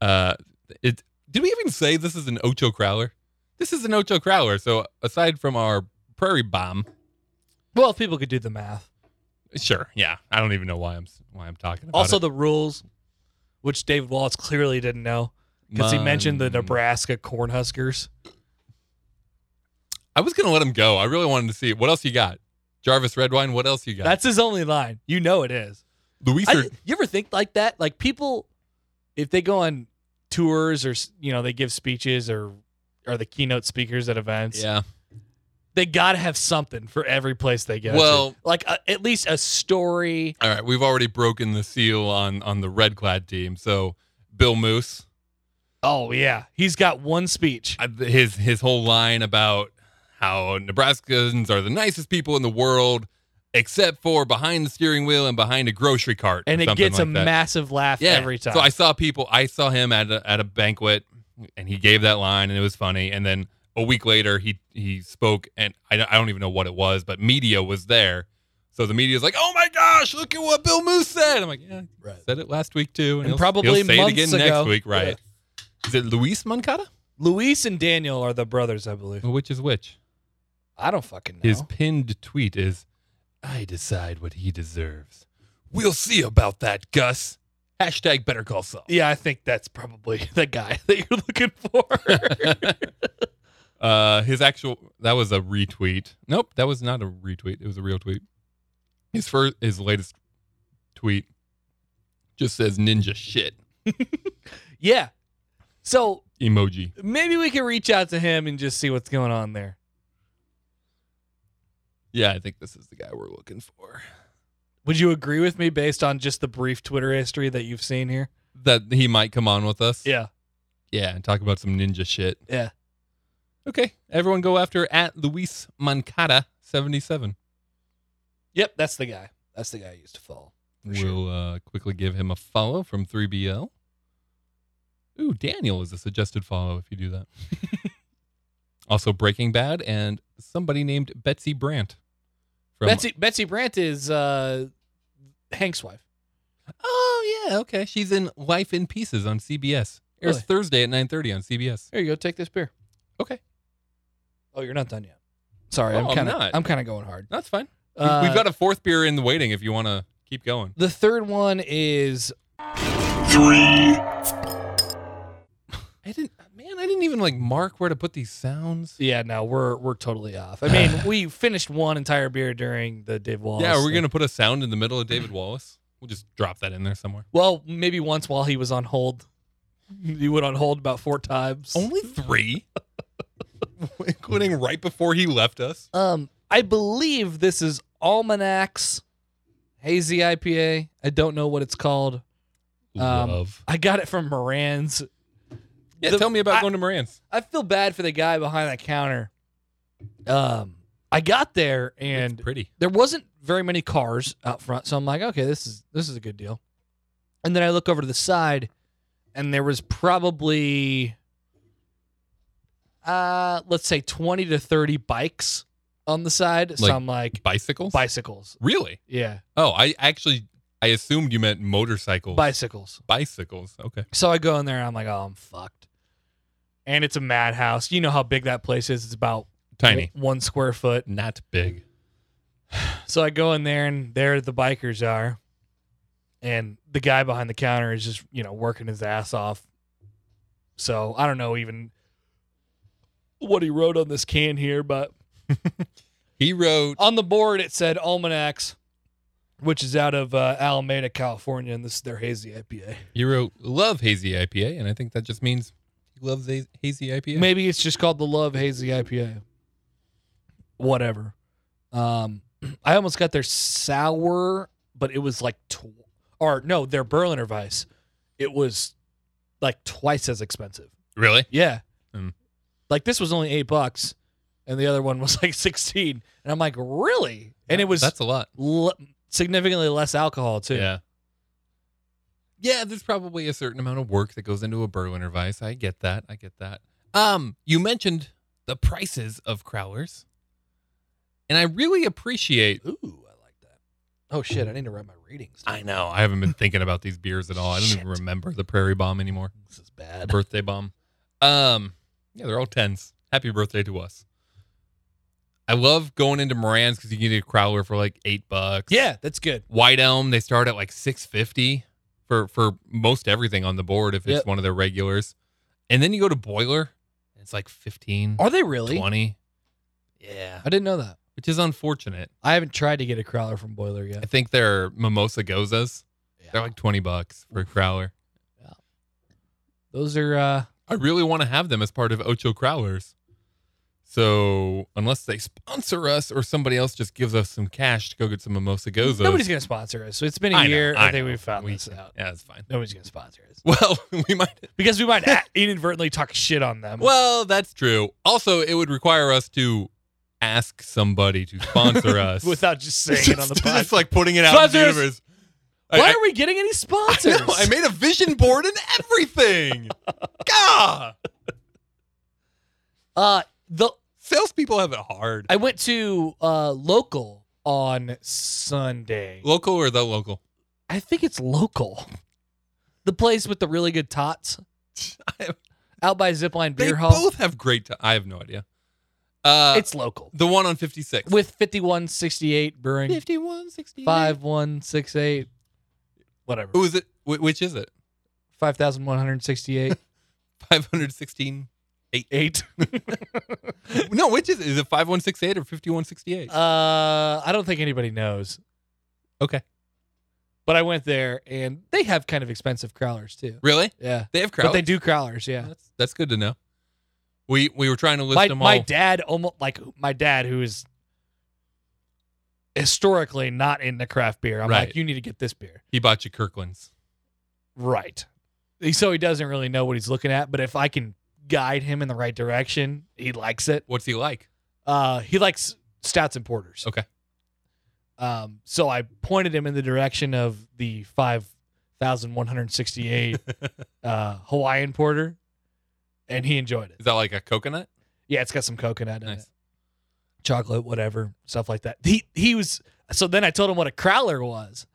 Uh, it did we even say this is an Ocho Crowler? This is an Ocho Crowler. So aside from our Prairie Bomb, Well, if people could do the math. sure, yeah. I don't even know why I'm why I'm talking about Also, it. the rules, which David Wallace clearly didn't know because he mentioned the Mon- Nebraska Cornhuskers. I was gonna let him go. I really wanted to see what else you got. Jarvis Red Wine. What else you got? That's his only line. You know it is. Luis. I or- th- you ever think like that? Like people, if they go on tours or s- you know they give speeches or are the keynote speakers at events, yeah. they gotta have something for every place they go. to. Well- like a, at least a story. All right, we've already broken the seal on on the red clad team. So Bill Moose, Oh yeah, he's got one speech. I- his his whole line about how Nebraskans are the nicest people in the world, except for behind the steering wheel and behind a grocery cart, or and it something gets a like that. massive laugh yeah. every time. So I saw people. I saw him at a, at a banquet, and he gave that line, and it was funny. And then a week later, he he spoke, and I don't, I don't even know what it was, but media was there. So the media's like, "Oh my gosh, look at what Bill Moose said." I'm like, "Yeah, Right. said it last week too, and, And he'll- probably he'll say months it again ago. next week, right?" Is it Luis Moncada? Luis and Daniel are the brothers, I believe. Which is which? I don't fucking know. His pinned tweet is, "I decide what he deserves." We'll see about that, Gus. Hashtag Better Call Saul. yeah, I think that's probably the guy that you're looking for. uh, his actual that was a retweet. Nope, that was not a retweet. It was a real tweet. His first, his latest tweet just says ninja shit yeah. So emoji. maybe we can reach out to him and just see what's going on there. Yeah, I think this is the guy we're looking for. Would you agree with me based on just the brief Twitter history that you've seen here? That he might come on with us. Yeah. yeah, and talk about some ninja shit. Yeah. Okay, everyone go after at Luis Mancada seventy seven. Yep, that's the guy. That's the guy I used to follow. For sure. We'll uh, quickly give him a follow from 3BL. Ooh, Daniel is a suggested follow if you do that. also, Breaking Bad and somebody named Betsy Brandt. From, Betsy Betsy Brandt is uh, Hank's wife. Oh yeah, okay. She's in Life in Pieces on CBS. Airs Really? Thursday at nine thirty on CBS. Here you go, take this beer. Okay, Oh, you're not done yet. Sorry, Oh, I'm I'm kind of not. I'm kind of going hard. that's fine. We- Uh, We've got a fourth beer in the waiting if you want to keep going. The third one is I didn't, man. I didn't even like mark where to put these sounds. yeah. No, we're we're totally off. I mean, we finished one entire beer during the Dave Wallace. Yeah, are we thing. gonna put a sound in the middle of David Wallace? We'll just drop that in there somewhere. Well, maybe once while he was on hold, he went on hold about four times. Only three, including right before he left us. Um, I believe this is Almanac's hazy IPA. I don't know what it's called. Um, Love. I got it from Moran's. Yeah, the- tell me about I- going to Moran's. I feel bad for the guy behind that counter. Um, I got there and It's pretty. there wasn't very many cars out front, so I'm like, okay, this is this is a good deal. And then I look over to the side, and there was probably, uh, let's say twenty to thirty bikes on the side. so Like I'm like Bicycles? bicycles, really? yeah, Oh, I actually I assumed you meant motorcycles. bicycles. Bicycles. Okay. So I go in there, and I'm like, oh, I'm fucked. And it's a madhouse. You know how big that place is. It's about Tiny. one- one square foot. Not big. So I go in there, and there the bikers are, and the guy behind the counter is just you know working his ass off. So I don't know even what he wrote on this can here, but He wrote on the board it said Almanacs, which is out of uh, Alameda, California, and this is their hazy IPA. he wrote love hazy IPA, and I think that just means he loves ha- hazy IPA. Maybe it's just called the Love Hazy IPA. Whatever. Um, I almost got their sour but it was like, tw- or no, their Berliner Weiss, it was like twice as expensive. Really? Yeah. Hmm. Like this was only eight bucks, and the other one was like sixteen, and I'm like, really? And it was That's a lot. le- significantly less alcohol too. Yeah. Yeah, there's probably a certain amount of work that goes into a Berliner Weiss. I get that. I get that. Um, you mentioned the prices of Crowlers, and I really appreciate. Ooh, I like that. Oh shit, I need to write my ratings. I know I haven't been thinking about these beers at all. I don't even Shit. remember the Prairie Bomb anymore. This is bad. birthday bomb. Um, yeah, they're all tens. Happy birthday to us. I love going into Moran's because you can get a crowler for like eight bucks. Yeah, that's good. White Elm, they start at like six fifty for for most everything on the board if it's Yep. one of their regulars. And then you go to Boiler, and it's like 15, Are they Oh, really? 20. Yeah. I didn't know that. Which is unfortunate. I haven't tried to get a crowler from Boiler I yet. think they're mimosa gozas. They're like twenty bucks for a crowler. Those are uh I really want to have them as part of Ocho Crowlers. So unless they sponsor us or somebody else just gives us some cash to go get some mimosa gozos, nobody's gonna sponsor us. So it's been a I know, year. I, I think know. we found We- this out. Yeah, that's fine. Nobody's gonna sponsor us. Well, we might. Because we might a- inadvertently talk shit on them. Well, that's true. Also, it would require us to ask somebody to sponsor us without just saying just, it on the podcast. just like putting it out in the Sponsors! universe. I- Why I- are we getting any I sponsors? know, I made a vision board and everything. God, uh the salespeople have it hard. I went to uh local on Sunday. Local or the local? I think it's local. The place with the really good tots. I- Out by Zipline They Beer Hall. both have great. T- I have no idea. Uh, it's local. the one on 56. With 5168 Brewing. 5168. 5168 whatever Who is it? Wh- which is it? 5168 516. 8 no, which is it? Is it 5168 or 5168? uh i don't think anybody knows Okay. but i went there and they have kind of expensive crowlers too really? yeah They have crowds. but they do crowlers yeah That's, that's good to know. We we were trying to list my, them all. my dad almost like my dad who is historically not into craft beer i'm Right. like you need to get this beer he bought you Kirkland's. right so he doesn't really know what he's looking at but if i can guide him in the right direction he likes it What's he like? Uh, he likes stouts and porters. Okay. Um, so I pointed him in the direction of the five thousand one hundred sixty-eight uh, Hawaiian porter, and he enjoyed it. Is that like a coconut? Yeah, it's got some coconut in Nice. it, chocolate, whatever stuff like that. He he was so then I told him what a crowler was,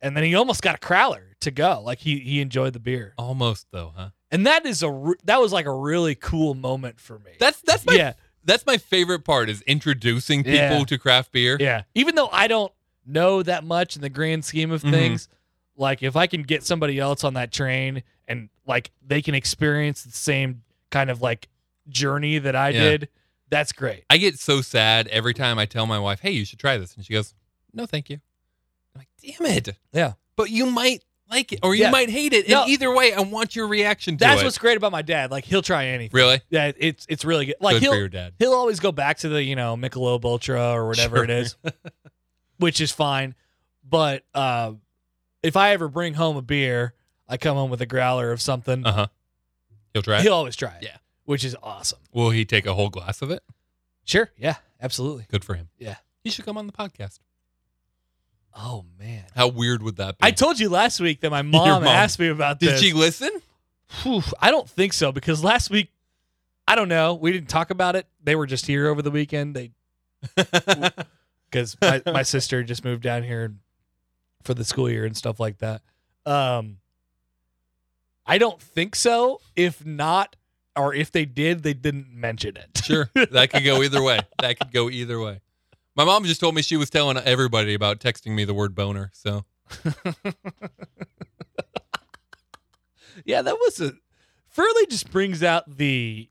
and then he almost got a crowler to go. Like he he enjoyed the beer, Oh. Almost though, huh? and that is a re- that was like a really cool moment for me. That's that's my yeah, that's my favorite part is introducing people Yeah. to craft beer. Yeah. Even though I don't know that much in the grand scheme of Mhm. things, like if I can get somebody else on that train and like they can experience the same kind of like journey that I Yeah. did, that's great. I get so sad every time I tell my wife, "Hey, you should try this," and she goes, "No, thank you." I'm like, "Damn it!" Yeah. but you might like it or you Yeah. might hate it, and No. either way, I want your reaction to That's it. what's great about my dad. Like he'll try anything. really Yeah, it's it's really good. Like good for he'll your dad. he'll always go back to the you know Michelob Ultra or whatever it Sure. is, which is fine. But uh, if I ever bring home a beer, I come home with a growler of something. Uh huh. He'll try. it? He'll always try it. Yeah. Which is awesome. Will he take a whole glass of it? Sure. Yeah. Absolutely. Good for him. Yeah. he should come on the podcast. Oh man. How weird would that be? I told you last week that my mom, mom. asked me about Did this. she listen? Whew, I don't think so because last week, I don't know. We didn't talk about it. They were just here over the weekend. They because my, my sister just moved down here for the school year and stuff like that. Um, I don't think so. If not, or if they did, they didn't mention it. sure, that could go either way. That could go either way. My mom just told me she was telling everybody about texting me the word boner. So Yeah, that was a Furley just brings out the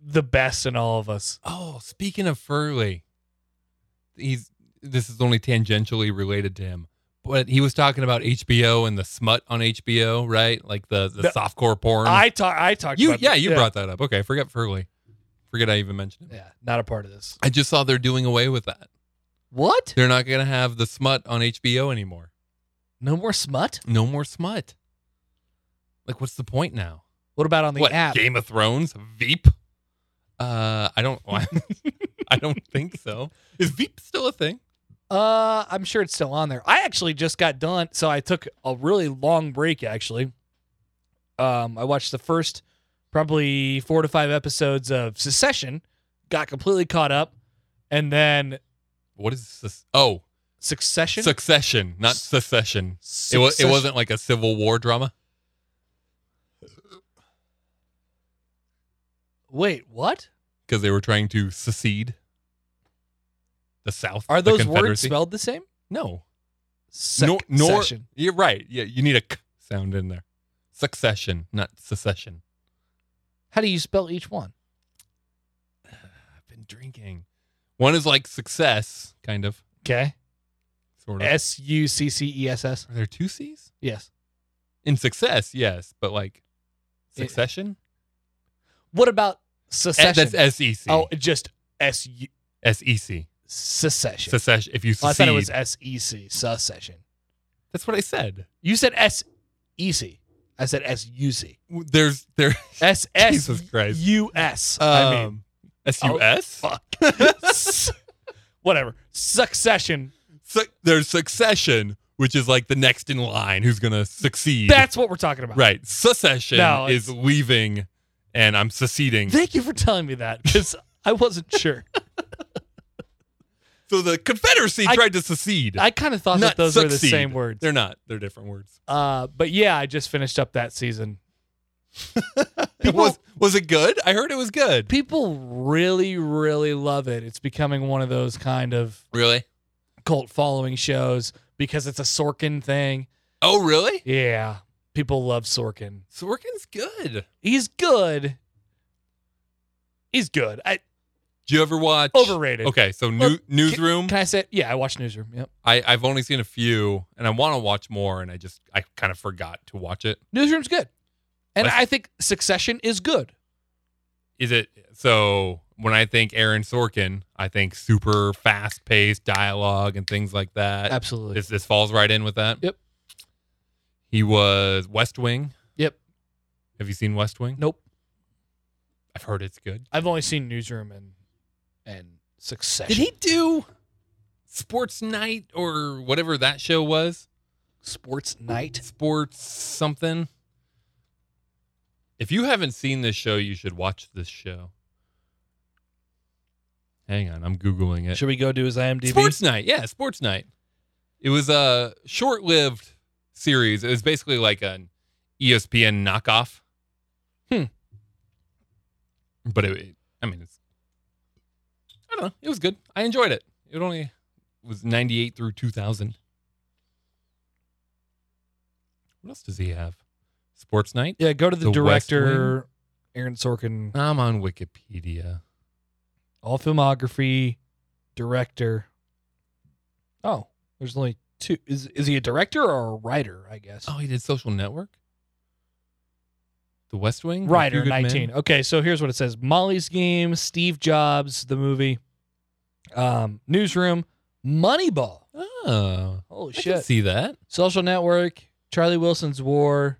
the best in all of us. Oh, speaking of Furley, he's this is only tangentially related to him, but he was talking about HBO and the smut on HBO, right? Like the the, The- softcore porn. I talk I talked you about yeah, that. you brought that up. Okay, forget Furley. Forget I even mentioned him. Yeah, not a part of this. I just saw they're doing away with that. What? They're not going to have the smut on HBO anymore. No more smut? No more smut. Like, what's the point now? What about on the what app? Game of Thrones? Veep? Uh, I don't. I don't think so. Is Veep still a thing? Uh, I'm sure it's still on there. I actually just got done, so I took a really long break. Actually, um, I watched the first probably four to five episodes of Secession, got completely caught up, and then What is this? Oh, Succession. Succession, not S- Secession. It was. It Succession- wasn't like a Civil War drama. Wait, what? because they were trying to secede the South. Are the those words Confederacy. spelled the same? No. Succession. nor, you're right. Yeah, you need a k sound in there. Succession, not secession. How do you spell each one? I've been drinking. One is like success, kind of, Okay. sort of. S U C C E S S. Are there two C's Yes. in success? Yes, but like It- succession. What about Eh, Secession? that's S E C. oh, just S U S E C. Secession. Secession. If you secede, Well, I thought it was S E C Secession. that's what I said. You said S E C. I said S U C. W- There's there. S S Jesus Christ. Um, U S. I mean, S U S. fuck. S- Whatever. Succession. Su- there's succession, which is like the next in line who's gonna succeed. That's what we're talking about. right. Secession No, is it's- leaving, and I'm seceding. Thank you for telling me that because I wasn't sure. so the Confederacy I- tried to secede. I kind of thought that Not those were the succeed. same words. They're not. They're different words. Uh, but yeah, I just finished up that season. It People- was was it good? I heard it was good. People really, really love it. It's becoming one of those kind of Really? cult following shows because it's a Sorkin thing. Oh, really? Yeah, people love Sorkin. Sorkin's good. He's good. He's good. I Do you ever watch? overrated. Okay, so new, Look, Newsroom. Can I say? Yeah, I watched Newsroom. Yep. I, I've only seen a few, and I want to watch more, and I just I kind of forgot to watch it. Newsroom's good, and Like- I think Succession is good. is it so when I think Aaron Sorkin, I think super fast paced dialogue and things like that. Absolutely. This this falls right in with that. Yep. He was West Wing. Yep. Have you seen West Wing? Nope. I've heard it's good. I've only seen Newsroom and and Succession. Did he do Sports Night or whatever that show was? Sports Night? Sports something. If you haven't seen this show, you should watch this show. Hang on, I'm googling it. Should we go do his IMDb? Sports night, yeah, sports night. It was a short-lived series. It was basically like an E ESPN knockoff. Hmm. But it, I mean, it's. I don't know. It was good. I enjoyed it. It only was ninety-eight through two thousand. What else does he have? Sports night. Yeah, go to the, The West director, Aaron Sorkin, I'm on Wikipedia. all filmography, director. Oh, there's only two. Is is he a director or a writer? I guess. Oh, he did Social Network. The West Wing. The Writer, Few Good Men? 19. Okay, so here's what it says Molly's Game, Steve Jobs, the movie, um, Newsroom, Moneyball. Oh, Holy I can shit. see that. Social Network, Charlie Wilson's War,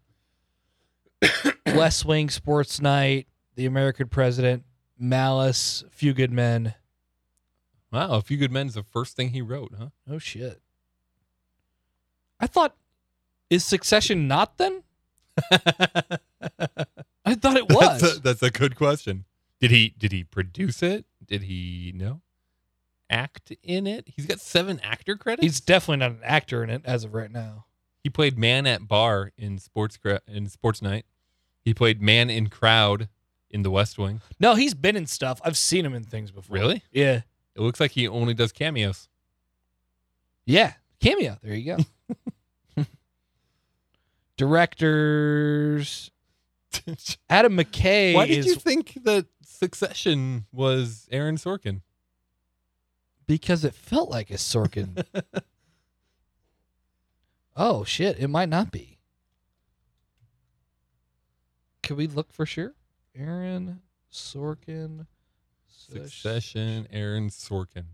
West Wing Sports Night, The American President, Malice, Few Good Men. Wow, A Few Good Men's the first thing he wrote, huh? Oh, shit. I thought, is Succession not then? I thought it was. That's a, that's a good question. Did he did he produce it? Did he no act in it? He's got seven actor credits. He's definitely not an actor in it as of right now. he played man at bar in sports Gra- in Sports Night. He played man in crowd in The West Wing. No, he's been in stuff. I've seen him in things before. Really? Yeah. It looks like he only does cameos. Yeah. Cameo. There you go. Directors. Adam McKay Why did is you think that Succession was Aaron Sorkin? because it felt like a Sorkin. oh shit, it might not be. Can we look for sure? Aaron Sorkin. Sesh- Succession, Aaron Sorkin.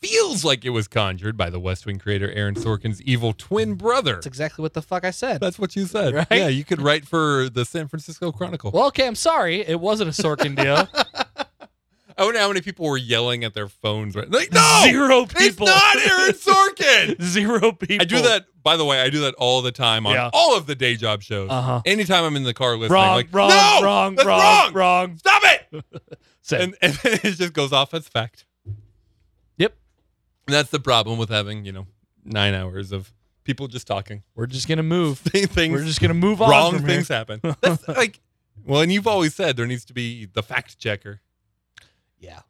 feels like it was conjured by the West Wing creator Aaron Sorkin's evil twin brother. That's exactly what the fuck I said. That's what you said. Right? Yeah, you could write for the San Francisco Chronicle. Well, okay, I'm sorry. It wasn't a Sorkin deal. I wonder how many people were yelling at their phones right like, No! Zero It's people. not Aaron Sorkin! Zero people. I do that, by the way, I do that all the time on Yeah. all of the day job shows. Uh huh. Anytime I'm in the car listening, Wrong, like, wrong, no, wrong, that's wrong, wrong. wrong. Stop it! Said. And, and then it just goes off as fact. Yep. And that's the problem with having, you know, nine hours of people just talking. We're just gonna move. Things We're just gonna move on. wrong from things Here. happen. That's like, well, and you've always said there needs to be the fact checker. Yeah.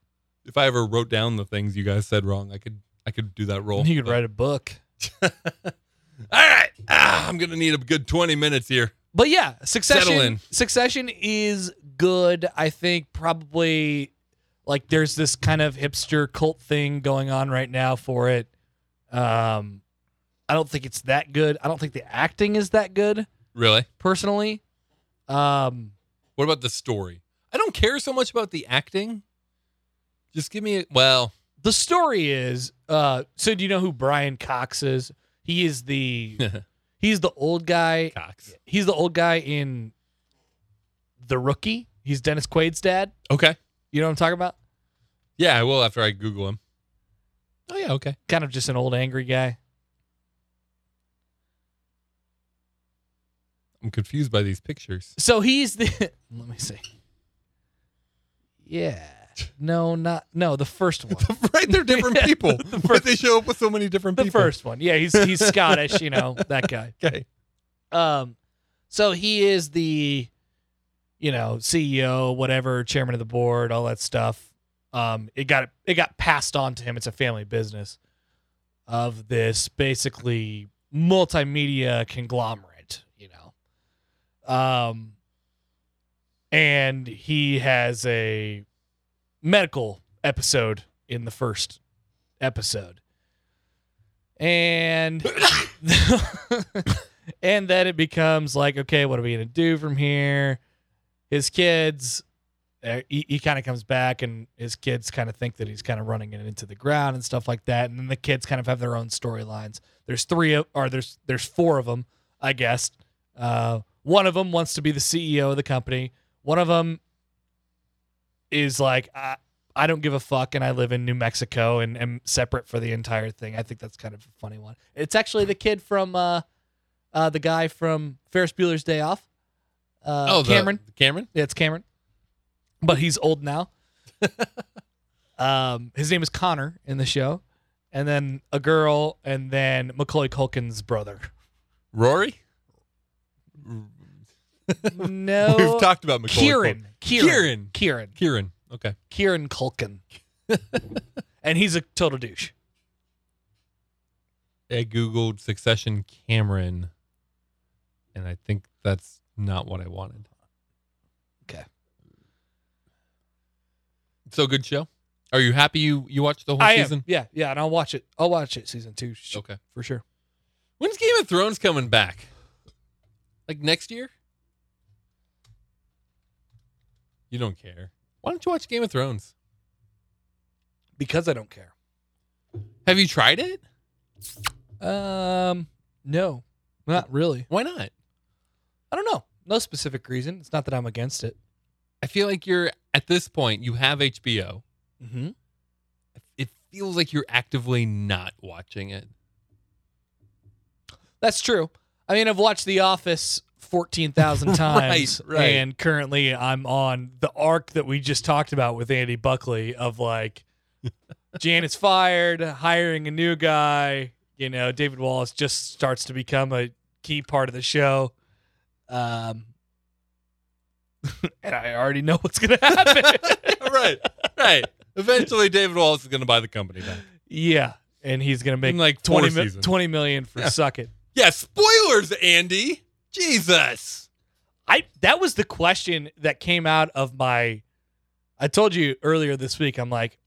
If I ever wrote down the things you guys said wrong, I could I could do that role. You could write a book. All right, ah, I'm gonna need a good 20 minutes here. But yeah, Settle Succession. in. Succession is good. I think probably like there's this kind of hipster cult thing going on right now for it. Um, I don't think it's that good. I don't think the acting is that good Really? personally. Um, What about the story? I don't care so much about the acting. Just give me a, well, the story is uh, so. Do you know who Brian Cox is? He is the he's the old guy. Cox. He's the old guy in the rookie. He's Dennis Quaid's dad. Okay. You know what I'm talking about? Yeah, I will after I Google him. Oh yeah, okay. kind of just an old angry guy. I'm confused by these pictures. So he's the let me see. Yeah. No, not no, the first one. right, they're different Yeah, people. the but they show up with so many different The people. first one. Yeah, he's he's Scottish, you know, that guy. Okay. Um so he is the you know, CEO, whatever, chairman of the board, all that stuff. Um it got it got passed on to him. It's a family business of this basically multimedia conglomerate, you know. Um and he has a medical episode in the first episode. And and then it becomes like, okay, what are we gonna do from here? His kids, uh, he, he kind of comes back, and his kids kind of think that he's kind of running it into the ground and stuff like that. And then the kids kind of have their own storylines. There's three, of, or there's there's four of them, I guess. Uh, one of them wants to be the CEO of the company. One of them is like, I, I don't give a fuck, and I live in New Mexico and am separate for the entire thing. I think that's kind of a funny one. It's actually the kid from. Uh, uh, the guy from Ferris Bueller's Day Off. Uh, Oh, the- Cameron. Cameron? Yeah, it's Cameron, but he's old now. um, his name is Connor in the show, and then a girl, and then Macaulay Culkin's brother. Rory? No, We've talked about McCoy. Oh, Kieran, Kieran, Kieran. Kieran, Kieran. Okay. Kieran Culkin, and he's a total douche. I Googled Succession Cameron, and I think that's not what I wanted. Okay. So good show. Are you happy you you watched the whole I season? am, yeah, yeah, and I'll watch it. I'll watch it season two sh- Okay. for sure. When's Game of Thrones coming back? Like next year? You don't care. Why don't you watch Game of Thrones? Because I don't care. Have you tried it? Um, no, not really. Why not? I don't know. No specific reason. It's not that I'm against it. I feel like you're at this point you have HBO. Mm-hmm. It feels like you're actively not watching it. That's true. I mean, I've watched The Office 14,000 times. Right, right. And currently I'm on the arc that we just talked about with Andy Buckley of like Janet's fired, hiring a new guy. You know, David Wallace just starts to become a key part of the show. Um, and I already know what's going to happen. right, right. Eventually, David Wallace is going to buy the company back. yeah. And he's going to make In like four 20, mi- seasons. 20 million for Yeah. Suck It. Yeah, spoilers, Andy. Jesus. I that was the question that came out of my I told you earlier this week I'm like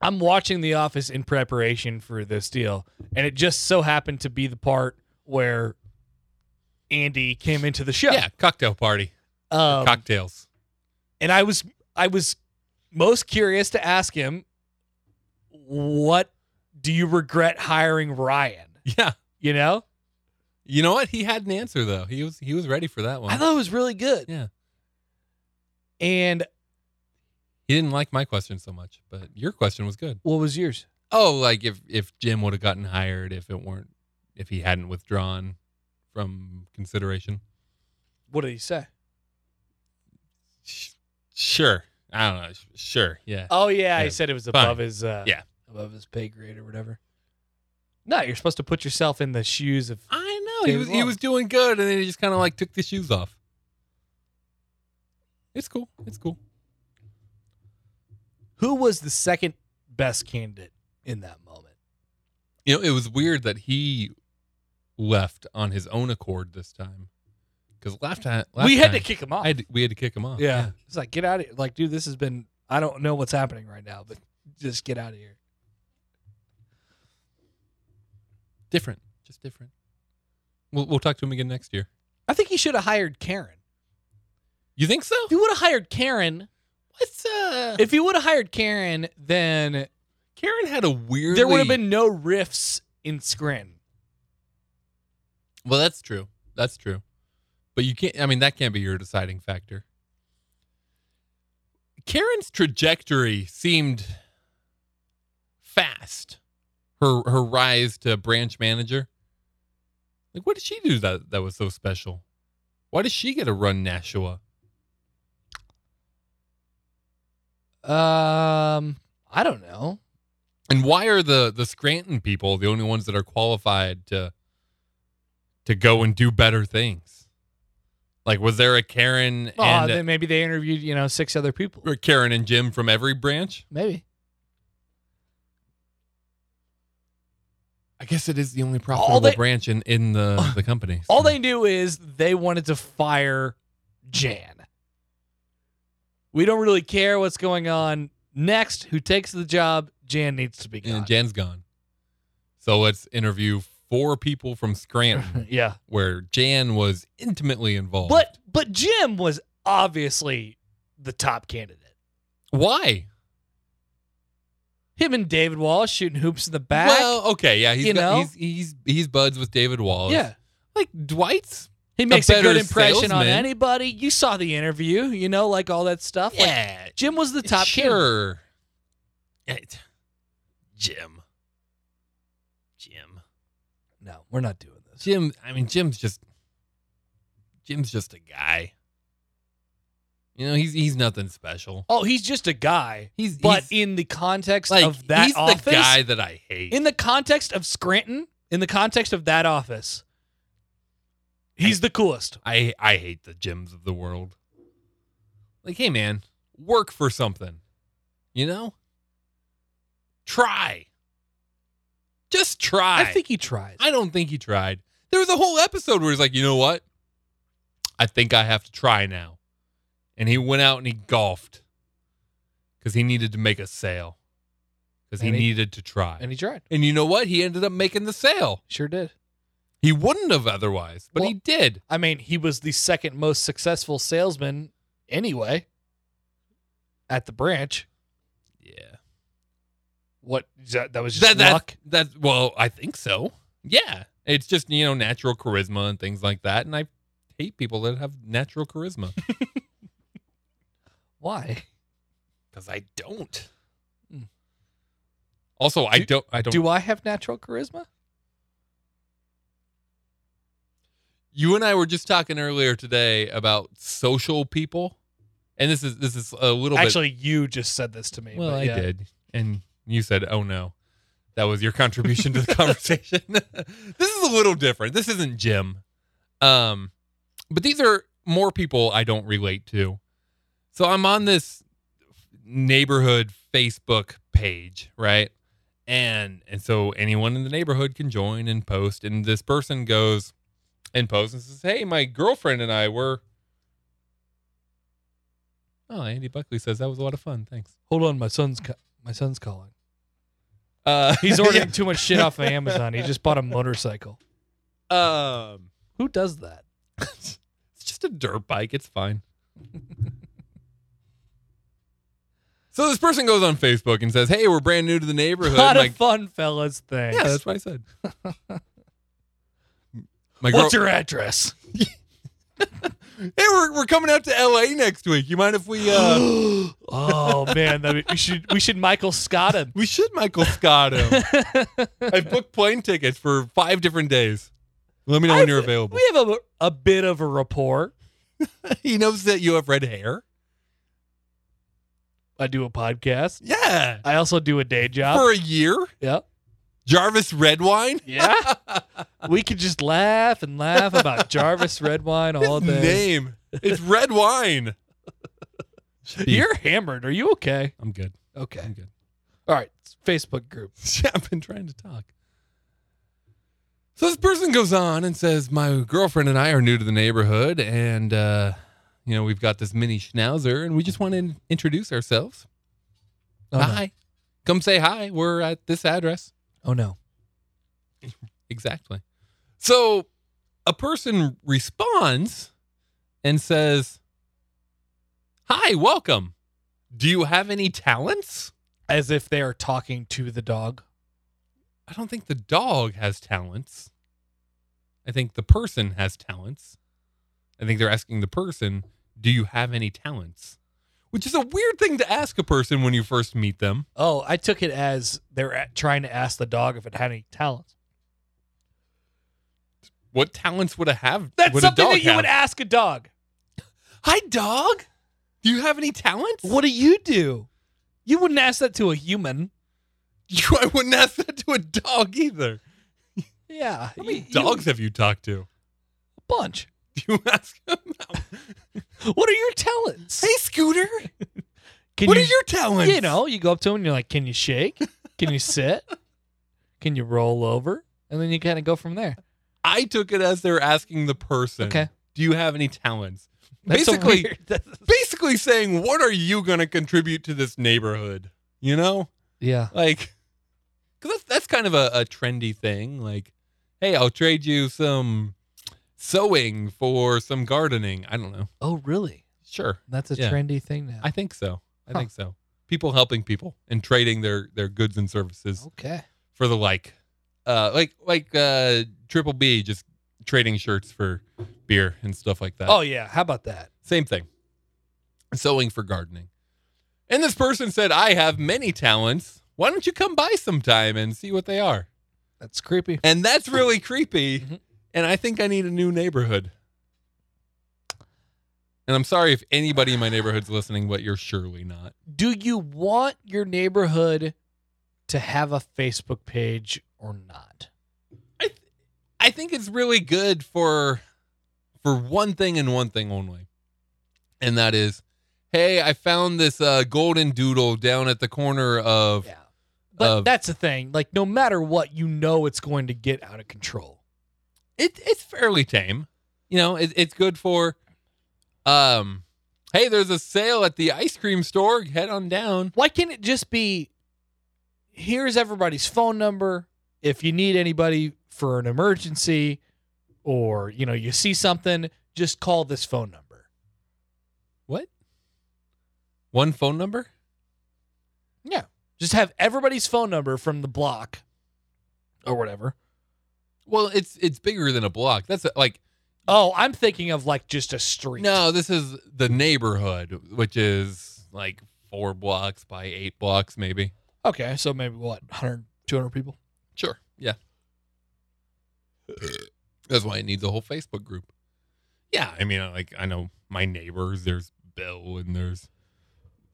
I'm watching The Office in preparation for this deal and it just so happened to be the part where Andy came into the show. Yeah, cocktail party. Um, Cocktails. and I was I was most curious to ask him what do you regret hiring Ryan? Yeah. You know, You know what? He had an answer though. He was he was ready for that one. I thought it was really good. Yeah. And he didn't like my question so much, but your question was good. what was yours? Oh, like if if Jim would have gotten hired if it weren't if he hadn't withdrawn from consideration. What did he say? Sh- Sure. I don't know. Sh- Sure. Yeah. Oh yeah, Yeah. he said it was Fine. above his uh, Yeah. above his pay grade or whatever. No, you're supposed to put yourself in the shoes of. I know. He David was he Long. was doing good and then he just kind of like took the shoes off. It's cool. It's cool. Who was the second best candidate in that moment? You know, it was weird that he left on his own accord this time. Cuz last time last we had to time, kick him off. I Oh, had to- we had to kick him off. yeah. it's like get out of here. Like, dude, this has been. I don't know what's happening right now, but just get out of here. different, just different. We'll, we'll talk to him again next year. I think he should have hired Karen. You think so? If he would have hired Karen, What's uh? if he would have hired Karen, then Karen had a weird. there would have been no riffs in Scrin. Well, that's true. That's true. But you can't. I mean, that can't be your deciding factor. Karen's trajectory seemed fast. Her her rise to branch manager. Like, what did she do that that was so special? Why does she get to run Nashua? Um, I don't know. And why are the the Scranton people the only ones that are qualified to to go and do better things? Like, was there a Karen Oh, and uh, then maybe they interviewed, you know, six other people. or Karen and Jim from every branch? Maybe. I guess it is the only All profitable they- branch in in the the company. All they knew is they wanted to fire Jan. We don't really care what's going on next. Who takes the job? Jan needs to be gone. and Jan's gone. So let's interview four people from Scranton yeah, where Jan was intimately involved. but but Jim was obviously the top candidate. why? Him and David Wallace shooting hoops in the back. Well, okay, yeah, he's you got- know? he's he's he's buds with David Wallace. yeah, like Dwight's he makes a, better good impression on salesman. anybody. You saw the interview, you know, like all that stuff. Like, Yeah, Jim was the top candidate. sure. Eh, It- Jim. Jim. No, we're not doing this. Jim. I mean, Jim's just. Jim's just a guy. You know, he's he's nothing special. Oh, he's just a guy. He's But he's, in the context like of that he's office, the guy that I hate. in the context of Scranton, in the context of that office, he's the coolest. I I hate the gyms of the world. Like, hey man, work for something. You know? Try. Just try. I think he tries. I don't think he tried. There was a whole episode where he's like, you know what? I think I have to try now. And he went out and he golfed because he needed to make a sale because he, And he- needed to try. and he tried. and you know what? He ended up making the sale. Sure did. He wouldn't have otherwise, but he Well- did. I mean, he was the second most successful salesman anyway at the branch. Yeah. What is that, that was just That, that, luck. that, well, I think so. Yeah. It's just, you know, natural charisma and things like that. And I hate people that have natural charisma Why? because I don't. Hmm. Also, I don't, I don't Do I have natural charisma? you and I were just talking earlier today about social people, and this is this is a little Actually, you just said this to me. bit. Well, but I yeah. did, and you said, "Oh no." That was your contribution to the conversation. this is a little different. This isn't Jim. Um, but these are more people I don't relate to. So I'm on this neighborhood Facebook page, right? And and so anyone in the neighborhood can join and post. And this person goes and posts and says, Hey, my girlfriend and I were Oh, Andy Buckley says that was a lot of fun. Thanks. Hold on, my son's ca- my son's calling. Uh, He's ordering too much shit off of Amazon. He just bought a motorcycle. yeah. um Who does that? it's just a dirt bike. It's fine. So this person goes on Facebook and says, "Hey, we're brand new to the neighborhood." Lot like, of fun, fellas. Thanks. yeah, that's what I said. My girl, What's your address? hey, we're, we're coming out to LA next week. You mind if we? uh oh man, that, we should we should Michael Scott him. We should Michael Scott him. I've booked plane tickets for five different days. Let me know when you're I've- available. We have a, a bit of a rapport. He knows that you have red hair. I do a podcast. Yeah, I also do a day job. for a year. yeah. Jarvis Redwine. Yeah. we could just laugh and laugh about Jarvis Red Wine all His day. name. It's red wine. You're hammered. Are you okay? I'm good. Okay. I'm good. All right. Facebook group. Yeah, I've been trying to talk. So this person goes on and says, "My girlfriend and I are new to the neighborhood, and uh, you know we've got this mini schnauzer, and we just want to introduce ourselves. Oh, no. hi, come say hi. We're at this address Oh no. exactly." So a person responds and says, "Hi, welcome. Do you have any talents? As if they are talking to the dog. I don't think the dog has talents. I think the person has talents. I think they're asking the person, do you have any talents? Which is a weird thing to ask a person when you first meet them. Oh, I took it as they're at, trying to ask the dog if it had any talents. What talents would a have? That's would a something dog that you have? would ask a dog. Hi, dog. Do you have any talents? What do you do? You wouldn't ask that to a human. You, I wouldn't ask that to a dog either. Yeah. How many dogs have you talked to? A bunch. Do you ask them? What are your talents? Scooter. Can what you- are your talents? You know, you go up to him and you're like, "Can you shake? Can you sit? Can you roll over?" And then you kind of go from there. I took it as they're asking the person. Okay. Do you have any talents? That's a Basically- weird- that's- basically saying, what are you going to contribute to this neighborhood? You know, yeah. like, because that's, that's kind of a, a trendy thing. Like, hey, I'll trade you some sewing for some gardening. I don't know. Oh, really? Sure. That's a Yeah. trendy thing now. I think so. I Huh. think so. People helping people and trading their, their goods and services okay. for the like, uh, like, like, uh, Triple B just trading shirts for beer and stuff like that. Oh yeah. How about that? Same thing. Sewing for gardening. And this person said, I have many talents. Why don't you come by sometime and see what they are? That's creepy. And that's really creepy. Mhm. And I think I need a new neighborhood. And I'm sorry if anybody in my neighborhood's listening, but you're surely not. Do you want your neighborhood to have a Facebook page or not? I think it's really good for for one thing and one thing only. And that is, hey, I found this uh, golden doodle down at the corner of Yeah. But Uh, that's the thing. Like, no matter what, you know it's going to get out of control. it, it's fairly tame. You know, it, it's good for, um, hey, there's a sale at the ice cream store. Head on down. Why can't it just be here's everybody's phone number if you need anybody for an emergency or, you know, you see something, just call this phone number. What? One phone number? Just have everybody's phone number from the block or whatever. Well, it's it's bigger than a block. That's a, like Oh, I'm thinking of like just a street. no, this is the neighborhood, which is like four blocks by eight blocks, maybe. Okay, so maybe what, 100, 200 people? Sure. Yeah. That's why it needs a whole Facebook group. Yeah, I mean, I- like I know my neighbors. There's Bill and there's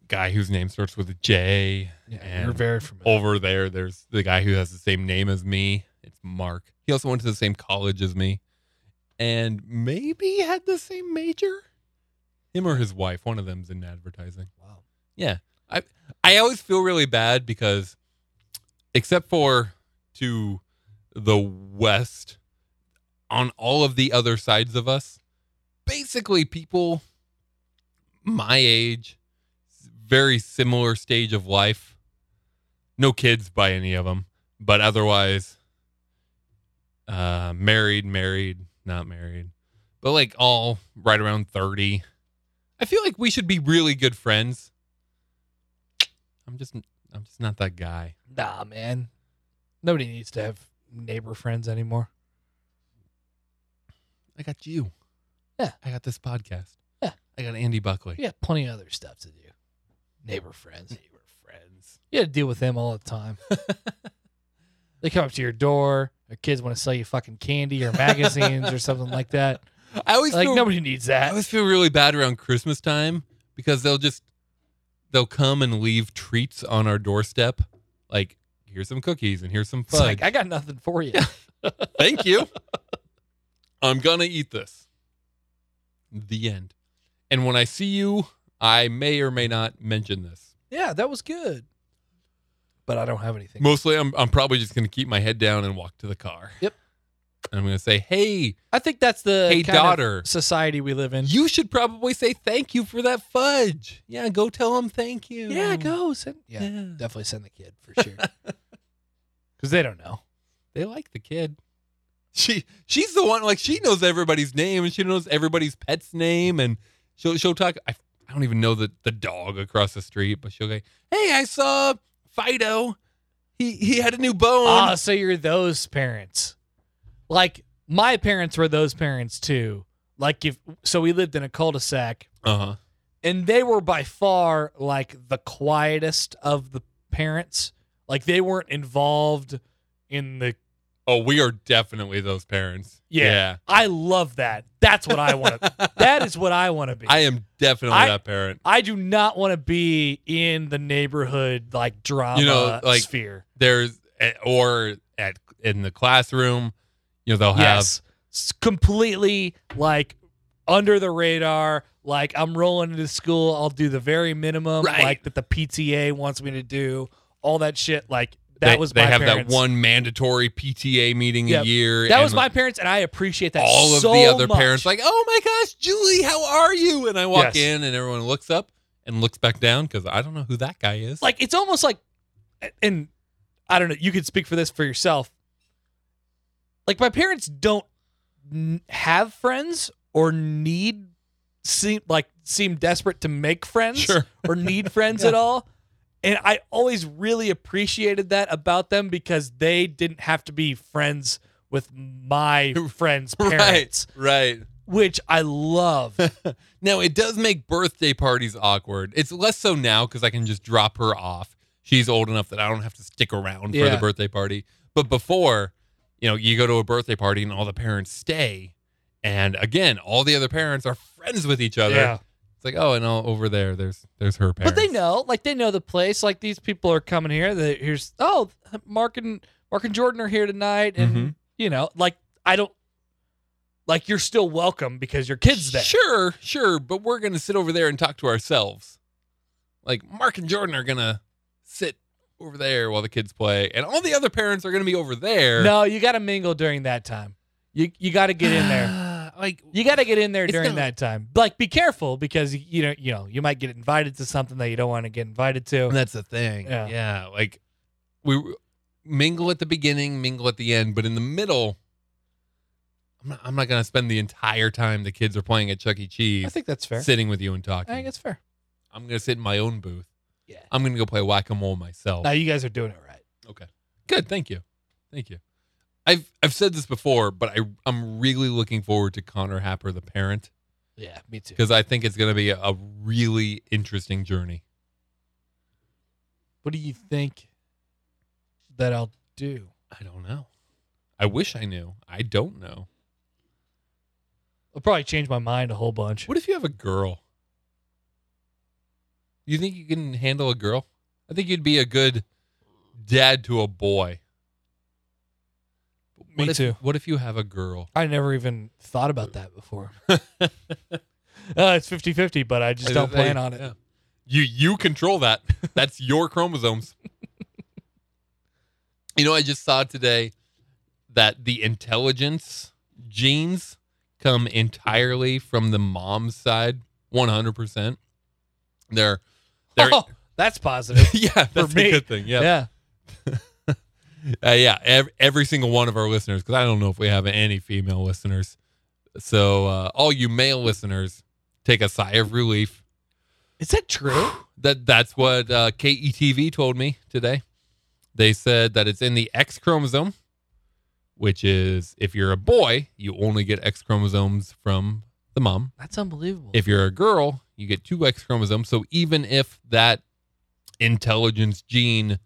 guy whose name starts with a J. Yeah, And you're very familiar. Over there, there's the guy who has the same name as me. It's Mark. He also went to the same college as me, and maybe had the same major. Him or his wife. One of them's in advertising. Wow. Yeah. I I always feel really bad because except for to the west on all of the other sides of us, basically people my age, very similar stage of life. No kids by any of them, but otherwise uh married, married, not married. But like all right around 30. I feel like we should be really good friends I'm just I'm just not that guy. Nah, man. Nobody needs to have neighbor friends anymore. I got you. Yeah. I got this podcast. Yeah. I got Andy Buckley. You got plenty of other stuff to do. Neighbor friends. Neighbor friends. You got to deal with them all the time. they come up to your door. Their kids want to sell you fucking candy or magazines or something like that. I always Like feel, nobody needs I that. always feel really bad around Christmas time because they'll just they'll come and leave treats on our doorstep. Like here's some cookies and here's some It's fudge. like I got nothing for you. Thank you. I'm gonna eat this. The end. And when I see you, I may or may not mention this. yeah, that was good. But I don't have anything. Mostly, I'm, I'm probably just going to keep my head down and walk to the car. Yep. And I'm going to say, hey, I think that's the hey, kind of daughter, society we live in. you should probably say thank you for that fudge. Yeah, go tell him thank you. yeah, go send. Yeah, Yeah. definitely send the kid for sure. Because they don't know. They like the kid. She she's the one like she knows everybody's name and she knows everybody's pet's name and she'll she'll talk. I, I don't even know the the dog across the street, but she'll go, hey, I saw Fido. He he had a new bone. Ah, so you're those parents. Like my parents were those parents too. Like if so, we lived in a cul-de-sac, Uh-huh. and they were by far like the quietest of the parents. Like they weren't involved in the. Oh, we are definitely those parents. Yeah. I love that. That's what I want. to yeah. That is what I want to be. I am definitely I- that parent. I do not want to be in the neighborhood like drama You know, like, sphere. There's eh, or at in the classroom, you know they'll have yes, S- completely like under the radar. Like I'm rolling into school, I'll do the very minimum, Right. like that the PTA wants me to do. All that shit, like that they, was they my have parents. that one mandatory PTA meeting Yep. a year. That and was my parents, and I appreciate that. all of so the other much. parents like, "Oh my gosh, Julie, how are you?" And I walk Yes. in, and everyone looks up and looks back down because I don't know who that guy is. like it's almost like and i don't know you could speak for this for yourself like my parents don't n- have friends or need seem like seem desperate to make friends sure, or need friends at all and i always really appreciated that about them because they didn't have to be friends with my friends parents right. which i love Now it does make birthday parties awkward. It's less so now because I can just drop her off. She's old enough that I don't have to stick around for Yeah. the birthday party. But before, you know, you go to a birthday party and all the parents stay, and again, all the other parents are friends with each other. It's like, oh, and all over there, there's there's her parents. But they know, like they know the place. Like these people are coming here. That here's oh, Mark and Mark and Jordan are here tonight, and Mhm. you know, like I don't, like you're still welcome because your kids there. Sure, sure, but we're gonna sit over there and talk to ourselves. Like Mark and Jordan are gonna sit over there while the kids play, and all the other parents are gonna be over there. No, you got to mingle during that time. You you got to get in there. like You got to get in there It's during not- that time. Like be careful because you know you know you might get invited to something that you don't want to get invited to. that's the thing. Yeah. Yeah. like we mingle at the beginning, mingle at the end, but in the middle, I'm not, I'm not gonna spend the entire time the kids are playing at Chuck E. I Cheese think that's fair. sitting with you and talking. I think it's fair. I'm gonna sit in my own booth. Yeah. I'm gonna go play whack a mole myself. Now you guys are doing it right. Okay. Good. Thank you. Thank you. I've I've said this before, but I I'm really looking forward to Connor Happer the parent Yeah, me too. because I think it's going to be a, a really interesting journey. What do you think that I'll do? I don't know. I wish I knew. I don't know. I'll probably change my mind a whole bunch. What if you have a girl? You think you can handle a girl? I think you'd be a good dad to a boy. But Me what if- too. What if you have a girl? I never even thought about that before. Uh, it's 50 50, but I just don't They- plan on it. yeah. You you control that. That's your chromosomes. you know, I just saw today that the intelligence genes come entirely from the mom's side, one hundred percent. They're they're Oh, that's positive. yeah, that's me. a good thing. Yeah. Yeah, Uh, yeah. Every, every single one of our listeners, because I don't know if we have any female listeners. So uh, all you male listeners, take a sigh of relief. Is that true? That that's what uh, KETV told me today. They said that it's in the X chromosome, which is if you're a boy, you only get X chromosomes from the mom. That's unbelievable. If you're a girl, you get two X chromosomes. So even if that intelligence gene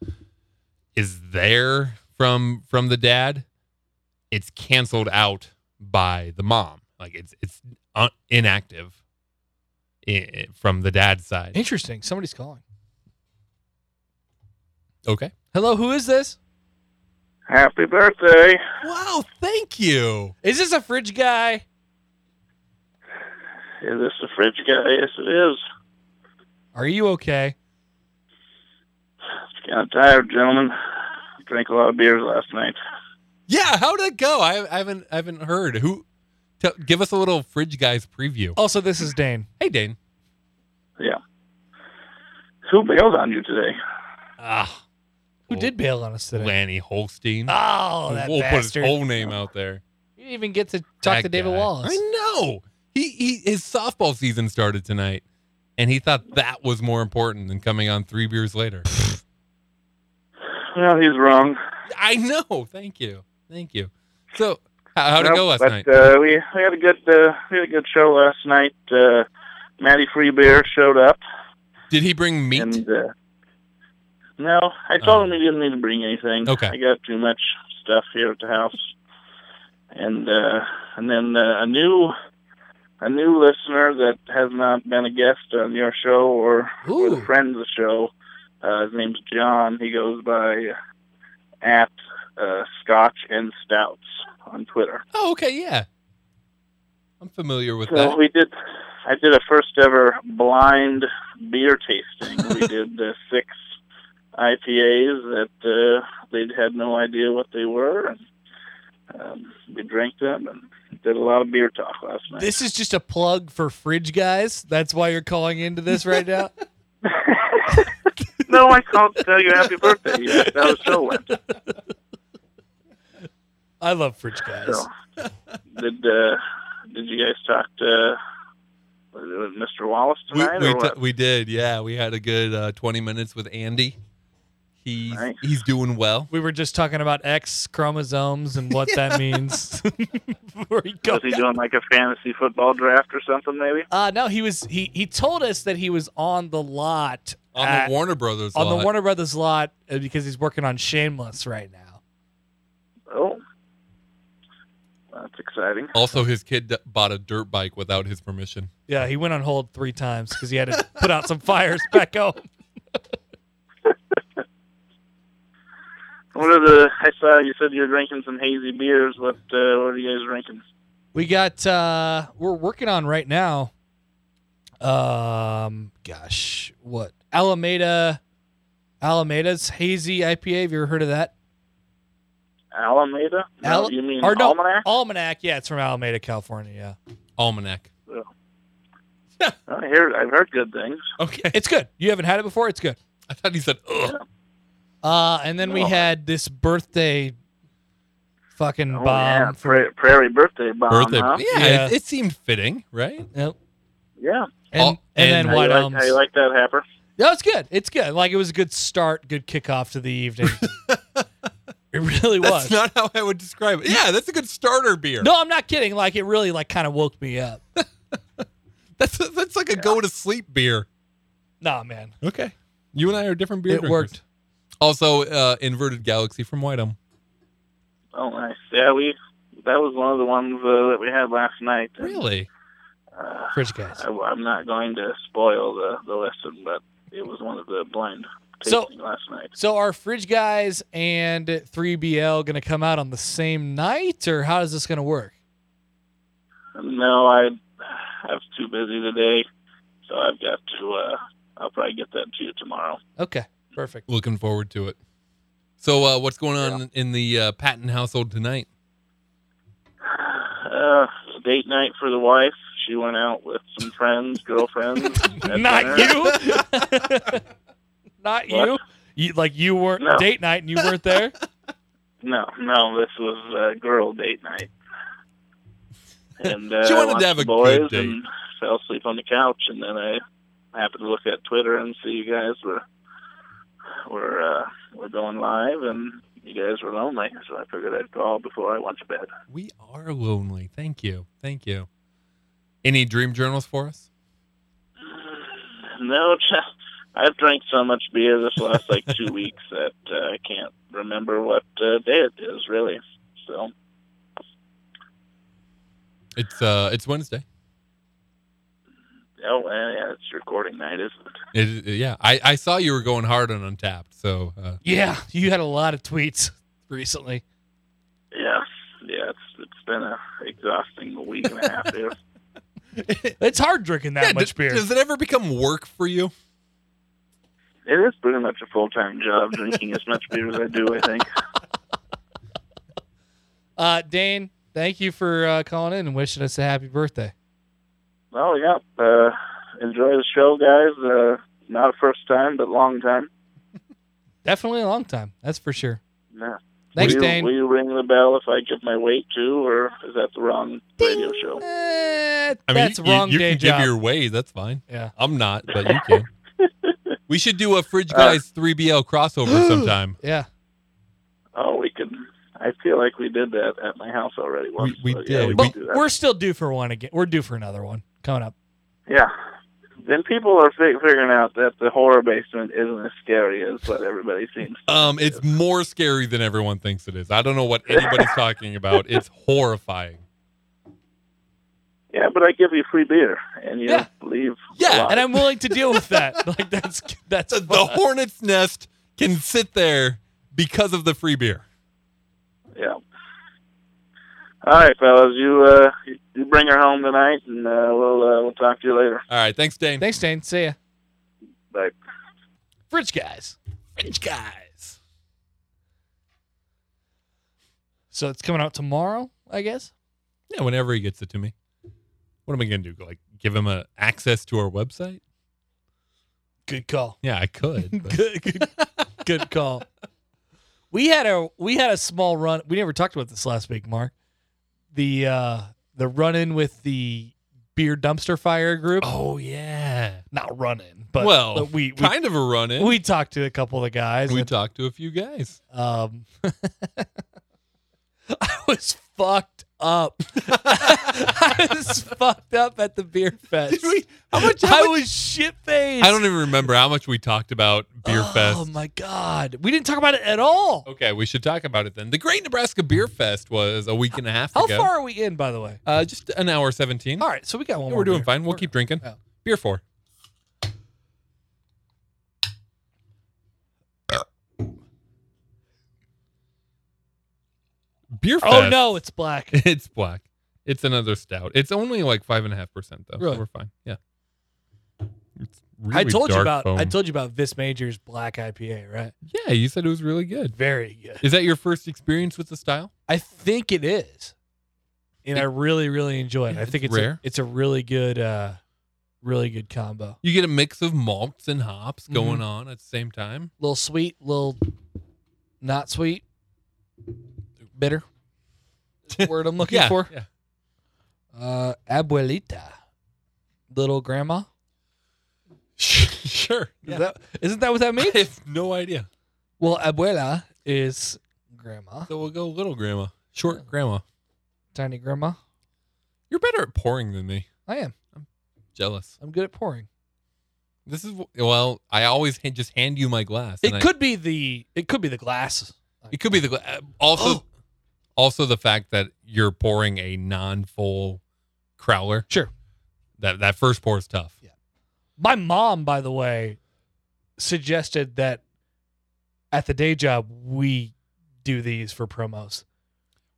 is there from from the dad, it's canceled out by the mom. Like it's it's un- inactive i- from the dad's side. Interesting. Somebody's calling. Okay. Hello, who is this? Happy birthday. Wow, thank you. Is this a fridge guy? Is this the fridge guy? Yes, it is. Are you okay? Kind of tired, gentlemen. Drank a lot of beers last night. Yeah, how did it go? I, I haven't I haven't heard. Who tell, give us a little fridge guys preview. Also, this is Dane. Hey Dane. Who bailed on you today? Ah, Who did bail on us today? Lanny Holstein. Oh, that we'll bastard. put his whole name out there. you didn't even get to talk That to David guy. Wallace. I know. He, he his softball season started tonight, and he thought that was more important than coming on three beers later. Well, he's wrong. I know. Thank you. Thank you. So how, how'd it Nope, go last but, night? Uh, we, we had a good uh, we had a good show last night. Uh, Maddie Freebear showed up, Did he bring meat? and uh, no, I told Oh. him he didn't need to bring anything. Okay. I got too much stuff here at the house, and uh, and then uh, a new a new listener that has not been a guest on your show or, or Ooh. a friend of the show. Uh, his name's John. He goes by at uh, Scotch and Stouts on Twitter. oh, okay. Yeah. I'm familiar with So that. we did. I did a first ever blind beer tasting. we did uh, six IPAs that uh, they'd had no idea what they were, and um, we drank them and did a lot of beer talk last night. This is just a plug for fridge guys. That's why you're calling into this right now. no, I can't tell you happy birthday. Yet. That was so wet. I love fridge guys. So did uh, did you guys talk to uh, Mr. Wallace we, tonight? we, or t- what? we did yeah we had a good uh, 20 minutes with andy he's Nice. he's doing well We were just talking about X chromosomes and what that means. Before he was goes. he doing like a fantasy football draft or something? Maybe. Uh, no, he was he he told us that he was on the lot Uh, on at- the warner brothers on the lot. Warner Brothers lot uh, because he's working on Shameless right now. Oh, that's exciting. also his kid d- bought a dirt bike without his permission Yeah, he went on hold three times because he had to put out some fires back home. What are the? I saw you said you were drinking some hazy beers. What uh, What are you guys drinking? We got uh we're working on right now. Um gosh, what? Alameda Alameda's hazy IPA. Have you ever heard of that? Alameda? No, Al- you mean or no, Almanac? Almanac, yeah, it's from Alameda, California, yeah. almanac Oh, I hear. I've heard good things. okay It's good. You haven't had it before, it's good. i thought he said Ugh. Uh and then we Oh. had this birthday fucking Oh, bomb. yeah, pra- Prairie Birthday Bomb. birthday Huh? yeah, Yeah. It, it seemed fitting right Yep. Yeah. And, Oh, and then and- How White you, like, Elms. how you like that, Happer? No, it's good. It's good. Like it was a good start, good kickoff to the evening. it really was. that's not how i would describe it yeah that's a good starter beer No, I'm not kidding. Like it really like kind of woke me up. that's that's like a go to sleep beer Nah, man. okay you and i are different beer it drinkers. worked. also uh, inverted galaxy from whiteham Oh, nice. Yeah, we. That was one of the ones uh, that we had last night. and, really Uh, Fridge guys. I, I'm not going to spoil the the lesson, but it was one of the blind So- tasting last night. So are Fridge guys and 3BL going to come out on the same night or how is this going to work? No, I I was too busy today, so I've got to. Uh, I'll probably get that to you tomorrow. Okay. Perfect. Looking forward to it. So, uh, what's going on in the uh, Patton household tonight? Uh, date night for the wife. She went out with some friends, girlfriends. at not you. dinner. not you. You like you weren't No. date night and you weren't there? No, no, this was uh, girl date night. And uh, She wanted I watched to have the a good boys date. and fell asleep on the couch, and then I I happened to look at Twitter and see you guys were were uh, were going live, and you guys were lonely, so I figured I'd call before I went to bed. We are lonely. Thank you. Thank you. Any dream journals for us? No, ch- I've drank so much beer this last like two weeks that uh, I can't remember what uh, day it is really. So It's uh, it's Wednesday. oh uh, yeah, it's recording night, isn't it? It, yeah, I, I saw you were going hard on Untapped. So uh, Yeah, you had a lot of tweets recently. Yeah, yeah, it's it's been a exhausting week and a half here. It's hard drinking that Yeah, much d- beer. Does it ever become work for you? It is pretty much a full time job drinking as much beer as I do. I think. Uh, Dane, thank you for uh, calling in and wishing us a happy birthday. Oh yeah, uh, enjoy the show, guys. Uh, not a first time, but long time. Definitely a long time, that's for sure. Yeah. Thanks, will you, Dane. Will you ring the bell if I give my weight too, or is that the wrong radio show? Eh, I mean, that's you, wrong you day can job. give your ways. That's fine. yeah. I'm not, but you can. we should do a Fridge Uh, Guys 3BL crossover sometime. Yeah. Oh, we can. I feel like we did that at my house already once. we so, did. Yeah, we But can But do that. we're still due for one again. We're due for another one coming up. Yeah. Then people are fi- figuring out that the horror basement isn't as scary as what everybody seems. to Um, think it's more scary than everyone thinks it is. I don't know what anybody's talking about. It's horrifying. Yeah, but I give you free beer and you Yeah. leave. Yeah, alive. And I'm willing to deal with that. like that's that's The, the hornet's nest can sit there because of the free beer. Yeah. All right, fellas, you uh, you bring her home tonight, and uh, we'll uh, we'll talk to you later. All right, thanks, Dane. Thanks, Dane. See ya. Bye. Fridge guys. Fridge Guys. So it's coming out tomorrow, I guess. Yeah, whenever he gets it to me. What am I gonna do? Like give him a access to our website? Good call. Yeah, I could. but- good, good, good call. We had a we had a small run. We never talked about this last week, Mark. The uh the run in with the beer dumpster fire group. oh yeah. Not run in, but Well, but we we, kind of a run in. We, we talked to a couple of the guys. and, talked to a few guys. um, I was fucked up. I was fucked up at the beer fest. Did we how much, I how much- was shit faced. I don't even remember how much we talked about Beer Oh Fest. my god, we didn't talk about it at all. Okay, we should talk about it then. The Great Nebraska Beer Fest was a week and a half How ago. far are we in, by the way? Uh, just an hour seventeen. All right, so we got one. Hmm? Yeah, more we're doing beer. fine. We'll We're- keep drinking. yeah. Beer four. Beer fest. Oh no, it's black. it's black. It's another stout. It's only like five and a half percent though, Really? so we're fine. Yeah. It's I really told you dark about. I foam. told you about Vis Major's black IPA, right? yeah, you said it was really good. Very good. Is that your first experience with the style? I think it is, and I really, really enjoy it. I think it's It's a- rare. it's a really good, uh really good combo. You get a mix of malts and hops Mm-hmm. going on at the same time. Little sweet, little not sweet, bitter. Is the word I'm looking yeah, for. yeah. Uh, abuelita, little grandma. sure. Is that, isn't that what that means? I have no idea. well, abuela is grandma, So we'll go little grandma, short grandma. tiny grandma. You're better at pouring than me. I am. Jealous. I'm good at pouring. This is well. I always ha- just hand you my glass. It and I- could be the it could be the glass. it could be the gla- uh, also Oh. also the fact that you're pouring a non-full crowler. Sure. That that first pour is tough. Yeah. My mom, by the way, suggested that at the day job we do these for promos.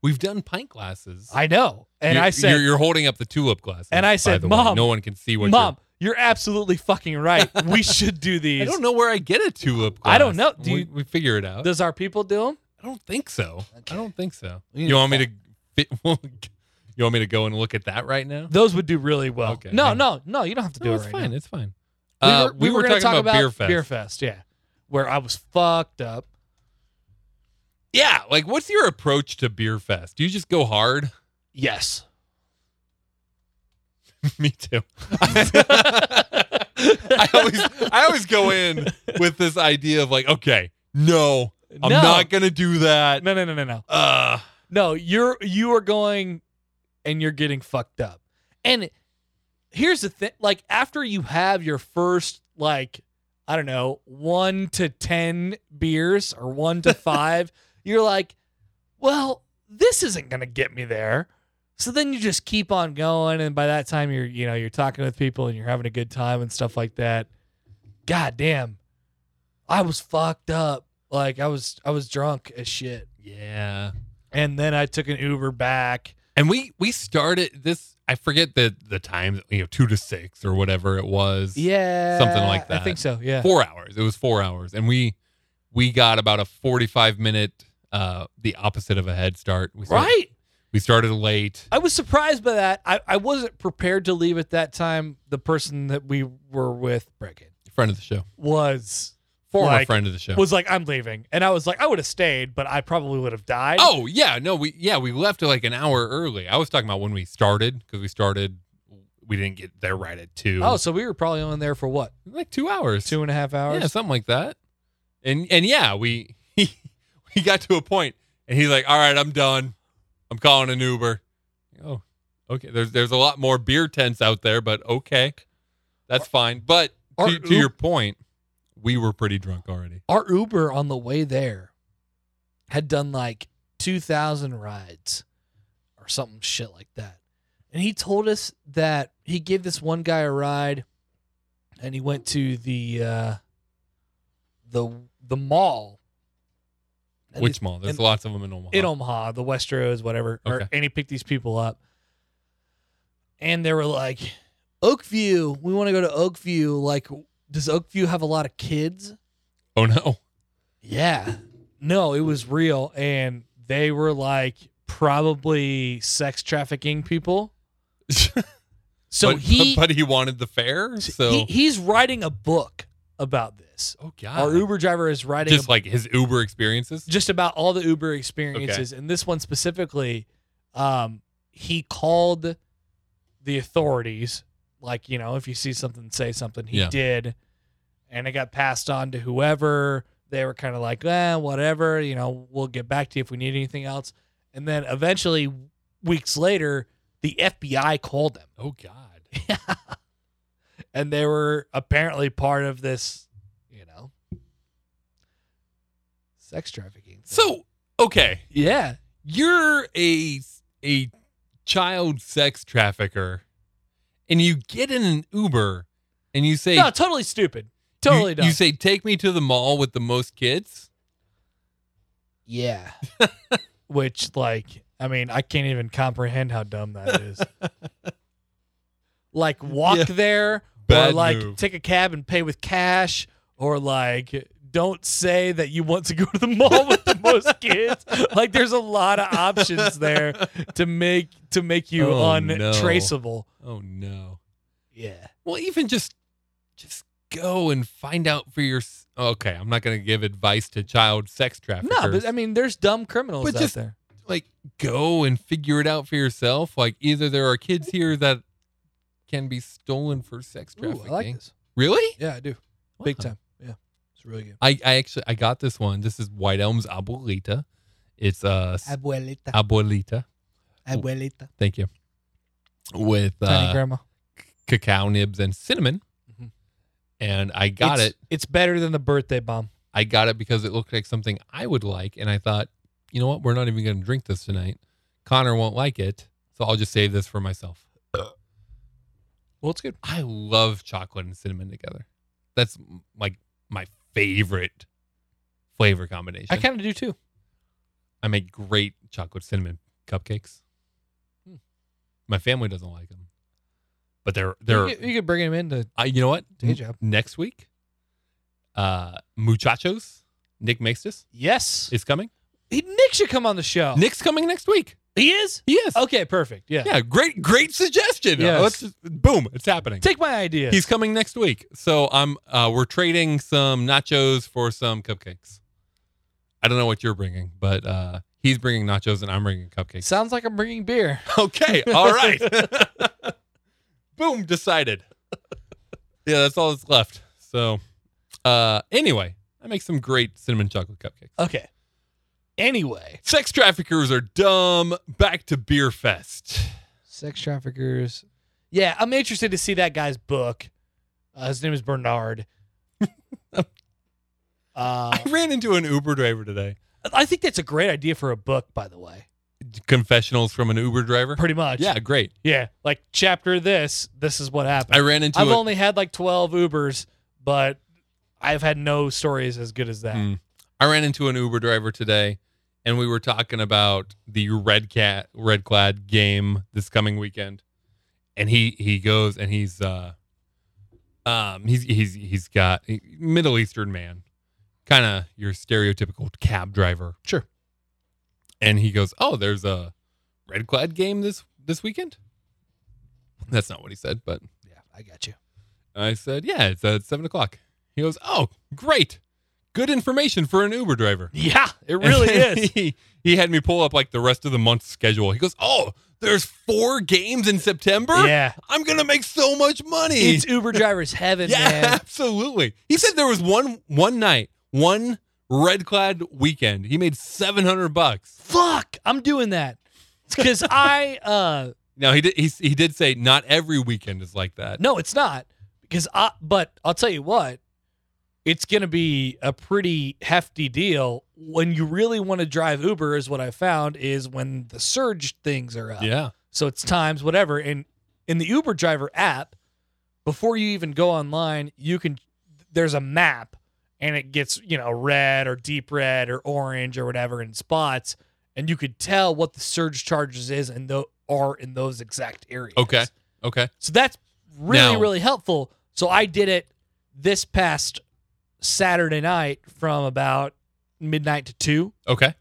We've done pint glasses. I know, and You're- I said, you're, you're holding up the tulip glass. And I said, "Mom, no one can see what." "Mom, you're absolutely fucking right. We should do you're-" these." I don't know where I get a tulip. glass. I don't know. Do we, you- we figure it out. Does our people do them? I don't think so. Okay. I don't think so. We need You to want me to? fit- You want me to go and look at that right now? Those would do really well. Okay. No, Hang no, no. You don't have to do No, it it's right fine. now. It's fine. We Uh, were, we were gonna talking talk about, beer fest. Beer fest, yeah, where I was fucked up. Yeah, like what's your approach to beer fest? Do you just go hard? Yes. Me too. I always I always go in with this idea of like, okay, no, I'm no. not gonna do that. No, no, no, no, no. Uh, No, you're you are going and you're getting fucked up. And here's the thing like after you have your first like I don't know, 1 to 10 beers or 1 to 5, you're like, well, this isn't going to get me there. So then you just keep on going and by that time you're you know, you're talking with people and you're having a good time and stuff like that. God damn. I was fucked up. Like I was I was drunk as shit yeah. and then I took an Uber back. And we we started this. I forget the the time. You know, two to six or whatever it was. Yeah, Something like I that. think so. Yeah, Four hours. It was four hours, and we we got about a forty five minute. Uh, the opposite of a head start. We started, right. We started late. I was surprised by that. I, I wasn't prepared to leave at that time. The person that we were with, Brecken, Friend of the show. was Former Like- friend of the show. was like, "I'm leaving," and I was like, "I would have stayed, but I probably would have died." Oh yeah, no, we yeah we left like an hour early. I was talking about when we started because we started, we didn't get there right at two. oh, so we were probably on there for what like two hours, two and a half hours? yeah, something like that. And and yeah, we he, we got to a point, and he's like, "All right, I'm done. I'm calling an Uber." Oh, okay. There's there's a lot more beer tents out there, but okay, that's fine. But Or to, to your Uber- point, we were pretty drunk already. Our Uber on the way there had done like two thousand rides or something shit like that, and he told us that he gave this one guy a ride, and he went to the uh, the the mall. And Which mall? There's and- lots of them in Omaha. in Omaha, the Westeros, whatever. Or, Okay. and he picked these people up. And they were like, Oakview, we want to go to Oakview. Like, does Oakview have a lot of kids? oh no. Yeah. No, it was real. And they were like, probably sex trafficking people. So but, he, but he wanted the fare, so he he's writing a book about this. oh Our god, Uber driver is writing a just like his Uber experiences. just about all the Uber experiences, and this one specifically, um, he called the authorities. Like you know, if you see something, say something. He Yeah. did, and it got passed on to whoever. They were kind of like, eh, whatever. You know, we'll get back to you if we need anything else. And then eventually, weeks later, the FBI called them, Oh god, and they were apparently part of this, you know, sex trafficking. thing. so okay, yeah, you're a a child sex trafficker, and you get in an Uber, and you say No, totally stupid. Totally you, dumb. you say take me to the mall with the most kids. yeah. Which, like, I mean, I can't even comprehend how dumb that is. like, walk Yeah. there, or Bad like, move. take a cab and pay with cash, or like, don't say that you want to go to the mall with the most kids. Like, there's a lot of options there to make to make you Oh, no. untraceable. Oh no. Yeah. Well, even just just go and find out for your. Okay, I'm not gonna give advice to child sex traffickers. No, but I mean, there's dumb criminals But out just- there. like go and figure it out for yourself. Like either there are kids here that can be stolen for sex Ooh, trafficking. I like this. Really? Yeah, I do. Big Wow. time. Yeah, it's really good. I, I actually I got this one. This is White Elm's Abuelita. It's uh s- Abuelita. Abuelita. Abuelita. Thank you. With Oh. Tiny uh, grandma. cacao nibs and cinnamon. Mhm. And I got It's- it. It's better than the birthday bomb. I got it because it looked like something I would like, and I thought, you know what, we're not even going to drink this tonight. Connor won't like it, so I'll just save this for myself. Well, it's good. I love chocolate and cinnamon together. That's m- like my favorite flavor combination. I kind of do too. I make great chocolate cinnamon cupcakes. Hmm. My family doesn't like them, but they're they're. you, could, you could bring him into I, you know what? Day N- job. Next week, uh, muchachos, Nick Maestas yes. is coming. He, Nick should come on the show. Nick's coming next week. he is. He is. Okay, perfect. Oh. Yeah. Yeah, great, great suggestion. Yes. Let's just- boom, it's happening. Take my idea. He's coming next week. So I'm uh we're trading some nachos for some cupcakes. I don't know what you're bringing, but uh he's bringing nachos and I'm bringing cupcakes. Sounds like I'm bringing beer. Okay. All right. Boom, decided. yeah, that's all that's left. So, uh, anyway, I make some great cinnamon chocolate cupcakes. Okay. Anyway, Sex traffickers are dumb. Back to beer fest. sex traffickers. Yeah, I'm interested to see that guy's book. Uh, his name is Bernard. Um, uh, I ran into an Uber driver today. I think that's a great idea for a book, by the way. Confessionals from an Uber driver. Pretty much. Yeah, great. Yeah. Like chapter this, this is what happened. I ran into I've a- only had like 12 Ubers, but I've had no stories as good as that. Mm. I ran into an Uber driver today, and we were talking about the red cat, red clad game this coming weekend, and he he goes and he's uh, um, he's he's he's got he, Middle Eastern man, kind of your stereotypical cab driver. Sure. And he goes, oh, there's a red clad game this this weekend. That's not what he said, but Yeah, I got you. I said, yeah, it's at seven o'clock. He goes, oh, great, good information for an Uber driver. Yeah, it really And is. He, he had me pull up like the rest of the month's schedule. He goes, "Oh, there's four games in September. Yeah. I'm gonna make so much money." It's Uber drivers heaven, yeah, man. absolutely. He said there was one one night, one red clad weekend. He made seven hundred bucks. Fuck, I'm doing that. It's because I, uh, Now he did he, he did say not every weekend is like that. No, it's not because I. But I'll tell you what, it's going to be a pretty hefty deal when you really want to drive Uber. Is what I found is when the surge things are up. Yeah, So it's times whatever, and in the Uber driver app, before you even go online, you can there's a map, and it gets you know red or deep red or orange or whatever in spots, and you could tell what the surge charges is and though are in those exact areas. Okay. okay. So that's really, Now- really helpful. So I did it this past Saturday night from about midnight to two, Okay.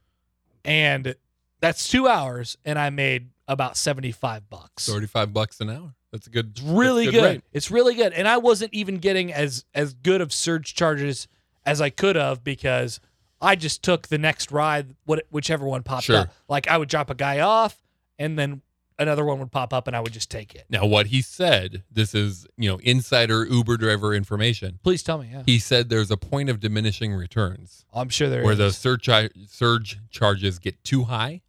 and that's two hours, and I made about seventy-five bucks. Thirty five bucks an hour. That's a good It's really that's good. rate. It's really good, and I wasn't even getting as as good of surge charges as I could have because I just took the next ride, what whichever one popped Sure. up. Like I would drop a guy off, and then another one would pop up, and I would just take it. Now what he said, this is, you know, insider Uber driver information. Please tell me. Yeah, He said there's a point of diminishing returns I'm sure there where is. the surge surge charges get too high,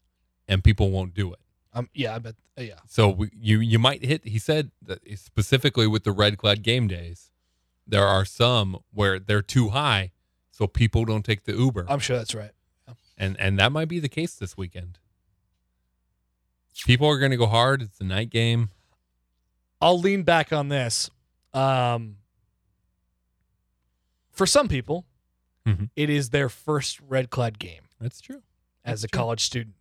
and people won't do it. Um, yeah, I bet. uh, yeah, So we, you you might hit. He said that specifically with the red clad game days, there are some where they're too high, so people don't take the Uber, I'm sure that's right. and and that might be the case this weekend. People are going to go hard. It's a night game. I'll lean back on this. Um, for some people, Mhm. it is their first red clad game That's true. as a college student,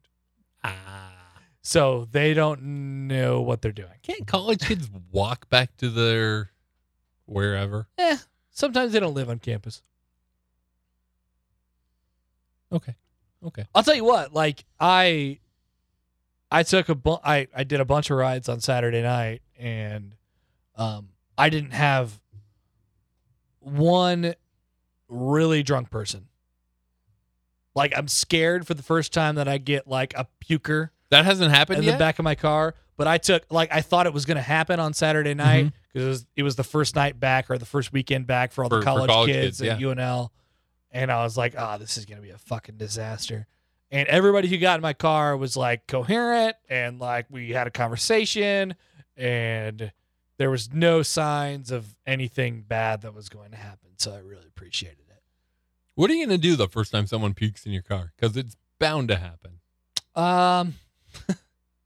Ah, so they don't know what they're doing. can't college kids walk back to their wherever? Eh, sometimes they don't live on campus. Okay, okay. I'll tell you what, like I I took a bu- I I did a bunch of rides on Saturday night and um I didn't have one really drunk person. Like I'm scared for the first time that I get like a puker That hasn't happened in yet. the back of my car, but I took like I thought it was going to happen on Saturday night because it, was, it was the first night back or the first weekend back for all For- the for college, college kids, kids, at UNL, and I was like, ah, this is going to be a fucking disaster. And everybody who got in my car was like coherent and like we had a conversation and there was no signs of anything bad that was going to happen. So I really appreciated it. What are you going to do the first time someone pukes in your car? Because it's bound to happen. Um,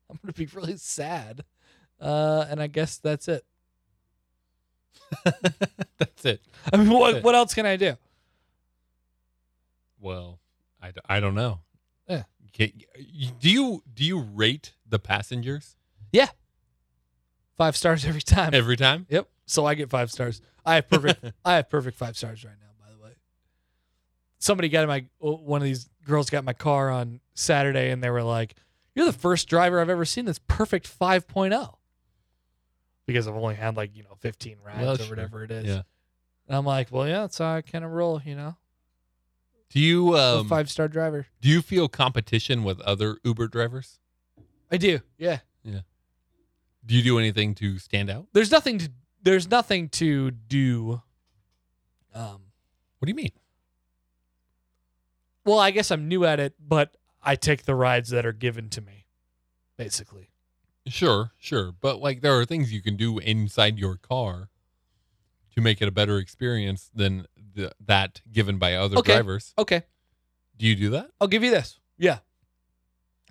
I'm gonna be really sad, uh, and I guess that's it. That's it. I mean, what it. what else can I do? Well, I, d- I don't know. Yeah. Can, y- do you do you rate the passengers Five stars every time. every time? yep. So I get five stars. I have perfect. I have perfect five stars right now. By the way, somebody got in my one of these girls got in my car on Saturday, and they were like, "You're the first driver I've ever seen that's perfect 5.0." Because I've only had like you know 15 rides Well, or sure. whatever it is. Yeah. And I'm like, well, yeah, that's how I kind of roll, you know. Do you um, five star driver. do you feel competition with other Uber drivers? I do. Yeah. Do you do anything to stand out? There's nothing to there's nothing to do. Um, What do you mean? well, I guess I'm new at it, but I take the rides that are given to me, basically. Sure, sure. But like there are things you can do inside your car to make it a better experience than the, that given by other Okay. drivers. Okay, Do you do that? I'll give you this. Yeah.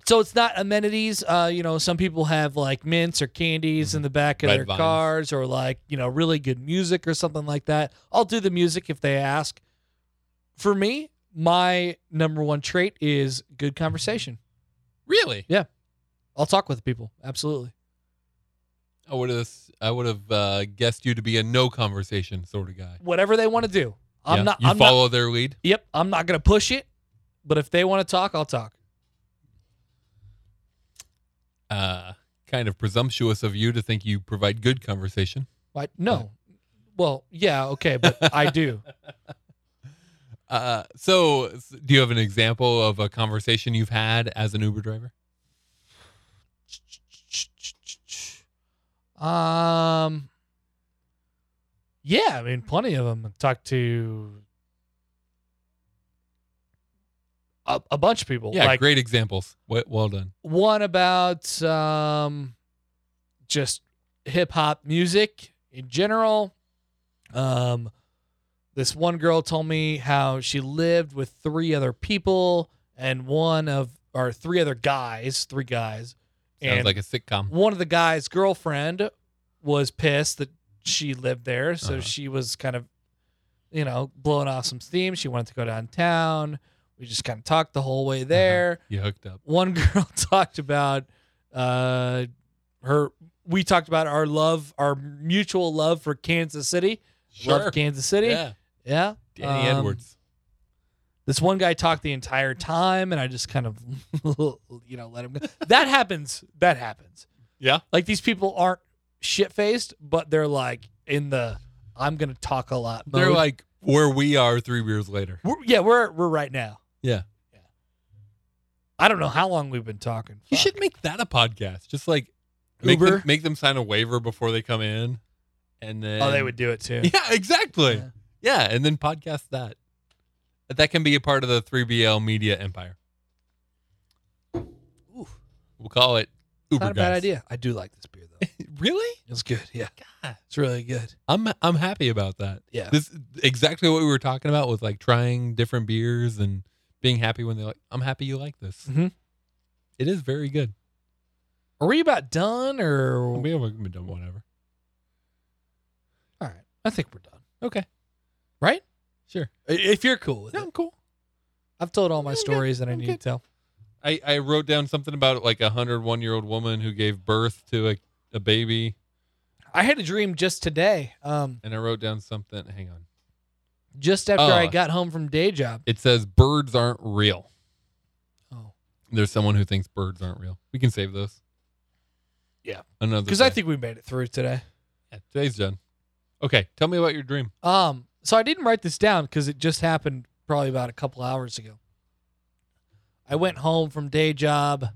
So it's not amenities. Uh, you know, some people have like mints or candies in the back of Red their vines. cars, or like you know, really good music or something like that. I'll do the music if they ask. For me, my number one trait is good conversation. Really? I'll talk with people. Absolutely. I would have I would have uh, guessed you to be a no conversation sort of guy. Whatever they want to do. I'm Yeah. not. You I'm not. follow their lead. Yep. I'm not gonna push it. But if they want to talk, I'll talk. Uh, kind of presumptuous of you to think you provide good conversation. Why? No. Well, yeah, okay, but I do. Uh, so s- do you have an example of a conversation you've had as an Uber driver? Um. Yeah, I mean, plenty of them. Talk to a, a bunch of people. Yeah, like great examples. Well, well done. one about um, just hip hop music in general. Um, this one girl told me how she lived with three other people and one of or three other guys, three guys, Sounds and like a sitcom. one of the guy's girlfriend was pissed that she lived there, so Uh-huh. she was kind of, you know, blowing off some steam. She wanted to go downtown. We just kind of talked the whole Uh-huh. way there. You hooked up. One girl talked about uh, her. We talked about our love, our mutual love for Kansas City. Love Kansas City. Yeah. Yeah. Danny Um, Edwards. This one guy talked the entire time, and I just kind of, you know, let him go. That happens. That happens. Yeah. Like these people aren't shit faced, but they're like in the I'm gonna talk a lot. Mode. They're like where we are three years later. we're, yeah, we're we're right now. Yeah. yeah. I don't know how long we've been talking. You Fuck. should make that a podcast. Just like make Uber. them, make them sign a waiver before they come in, and then oh, they would do it too. Yeah, exactly. Yeah. Yeah. and then podcast that. That can be a part of the 3BL media empire. Ooh, We'll call it Uber not a guys. bad idea. I do like this beer though. Really? It's good. Yeah, it's really good. I'm I'm happy about that. Yeah. This exactly what we were talking about with like trying different beers and being happy when they're like, I'm happy you like this. Mhm. It is very good. Are we about done or? We haven't done whatever. All right, I think we're done. Okay. Right? Sure. I- If you're cool with Yeah, it, I'm cool. I've told all my I'm good. stories that I I'm need good. to tell. I, I wrote down something about like a hundred one year old woman who gave birth to a, a baby I had a dream just today. Um, and I wrote down something hang on. just after I Oh. got home from day job. It says birds aren't real. Oh. There's someone who thinks birds aren't real. We can save those. Yeah. Another because I day. think we made it through today. Yeah, today's done. Okay, tell me about your dream. Um, so I didn't write this down because it just happened probably about a couple hours ago. I went home from day job.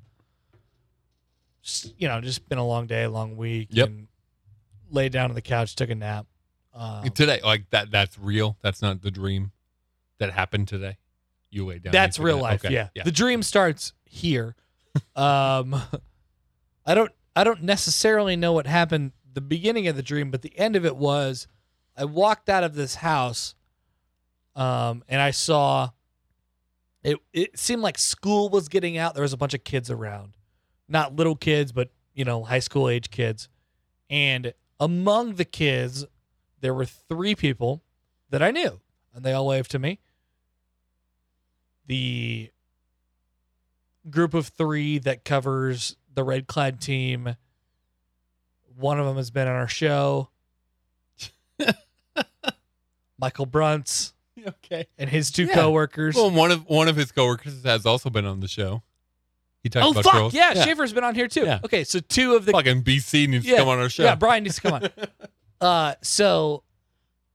Just, you know, just been a long day, long week. Yep. And laid down on the couch, took a nap. Um, today, like that that's real. That's not the dream that happened today. You lay down. that's you took a real nap. life. Okay, yeah. The dream starts here. um, I don't, I don't necessarily know what happened the beginning of the dream, but the end of it was, I walked out of this house, um, and I saw. It it seemed like school was getting out. There was a bunch of kids around, not little kids, but you know, high school age kids, and among the kids, there were three people that I knew, and they all waved to me. The group of three that covers the red clad team. One of them has been on our show. Michael Brunts Okay. and his two Yeah. coworkers. Well, one of one of his coworkers has also been on the show. He talked oh about fuck! girls. Yeah, Schaefer's been on here too. Yeah. Okay, so two of the Fucking BC needs Yeah, to come on our show. yeah Brian needs to come on. Uh, so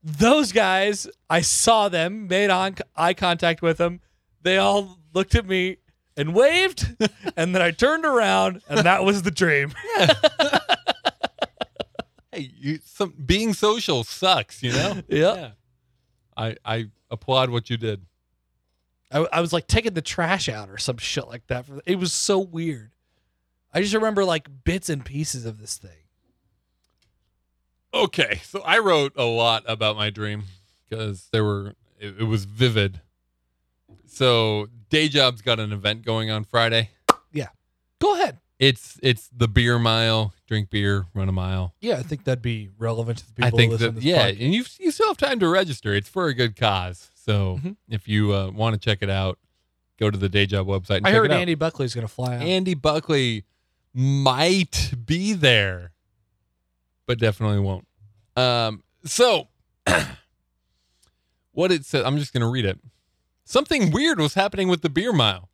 those guys, I saw them, made on eye contact with them. They all looked at me and waved, and then I turned around, and that was the dream. hey, you, some being social sucks, you know. Yeah. I I applaud what you did. I, I was like taking the trash out or some shit like that. For, it was so weird. I just remember like bits and pieces of this thing. Okay, so I wrote a lot about my dream because there were it, it was vivid. So day job's got an event going on Friday. Go ahead. It's it's the beer mile. Drink beer, run a mile. Yeah, I think that'd be relevant to the people. I think who listen that to this yeah, podcast. and you you still have time to register. It's for a good cause. So Mhm. if you uh, want to check it out, go to the day job website. And I check heard it out. Andy Buckley's gonna fly out. Andy Buckley might be there, but definitely won't. Um, so, what it said, I'm just going to read it. Something weird was happening with the beer mile.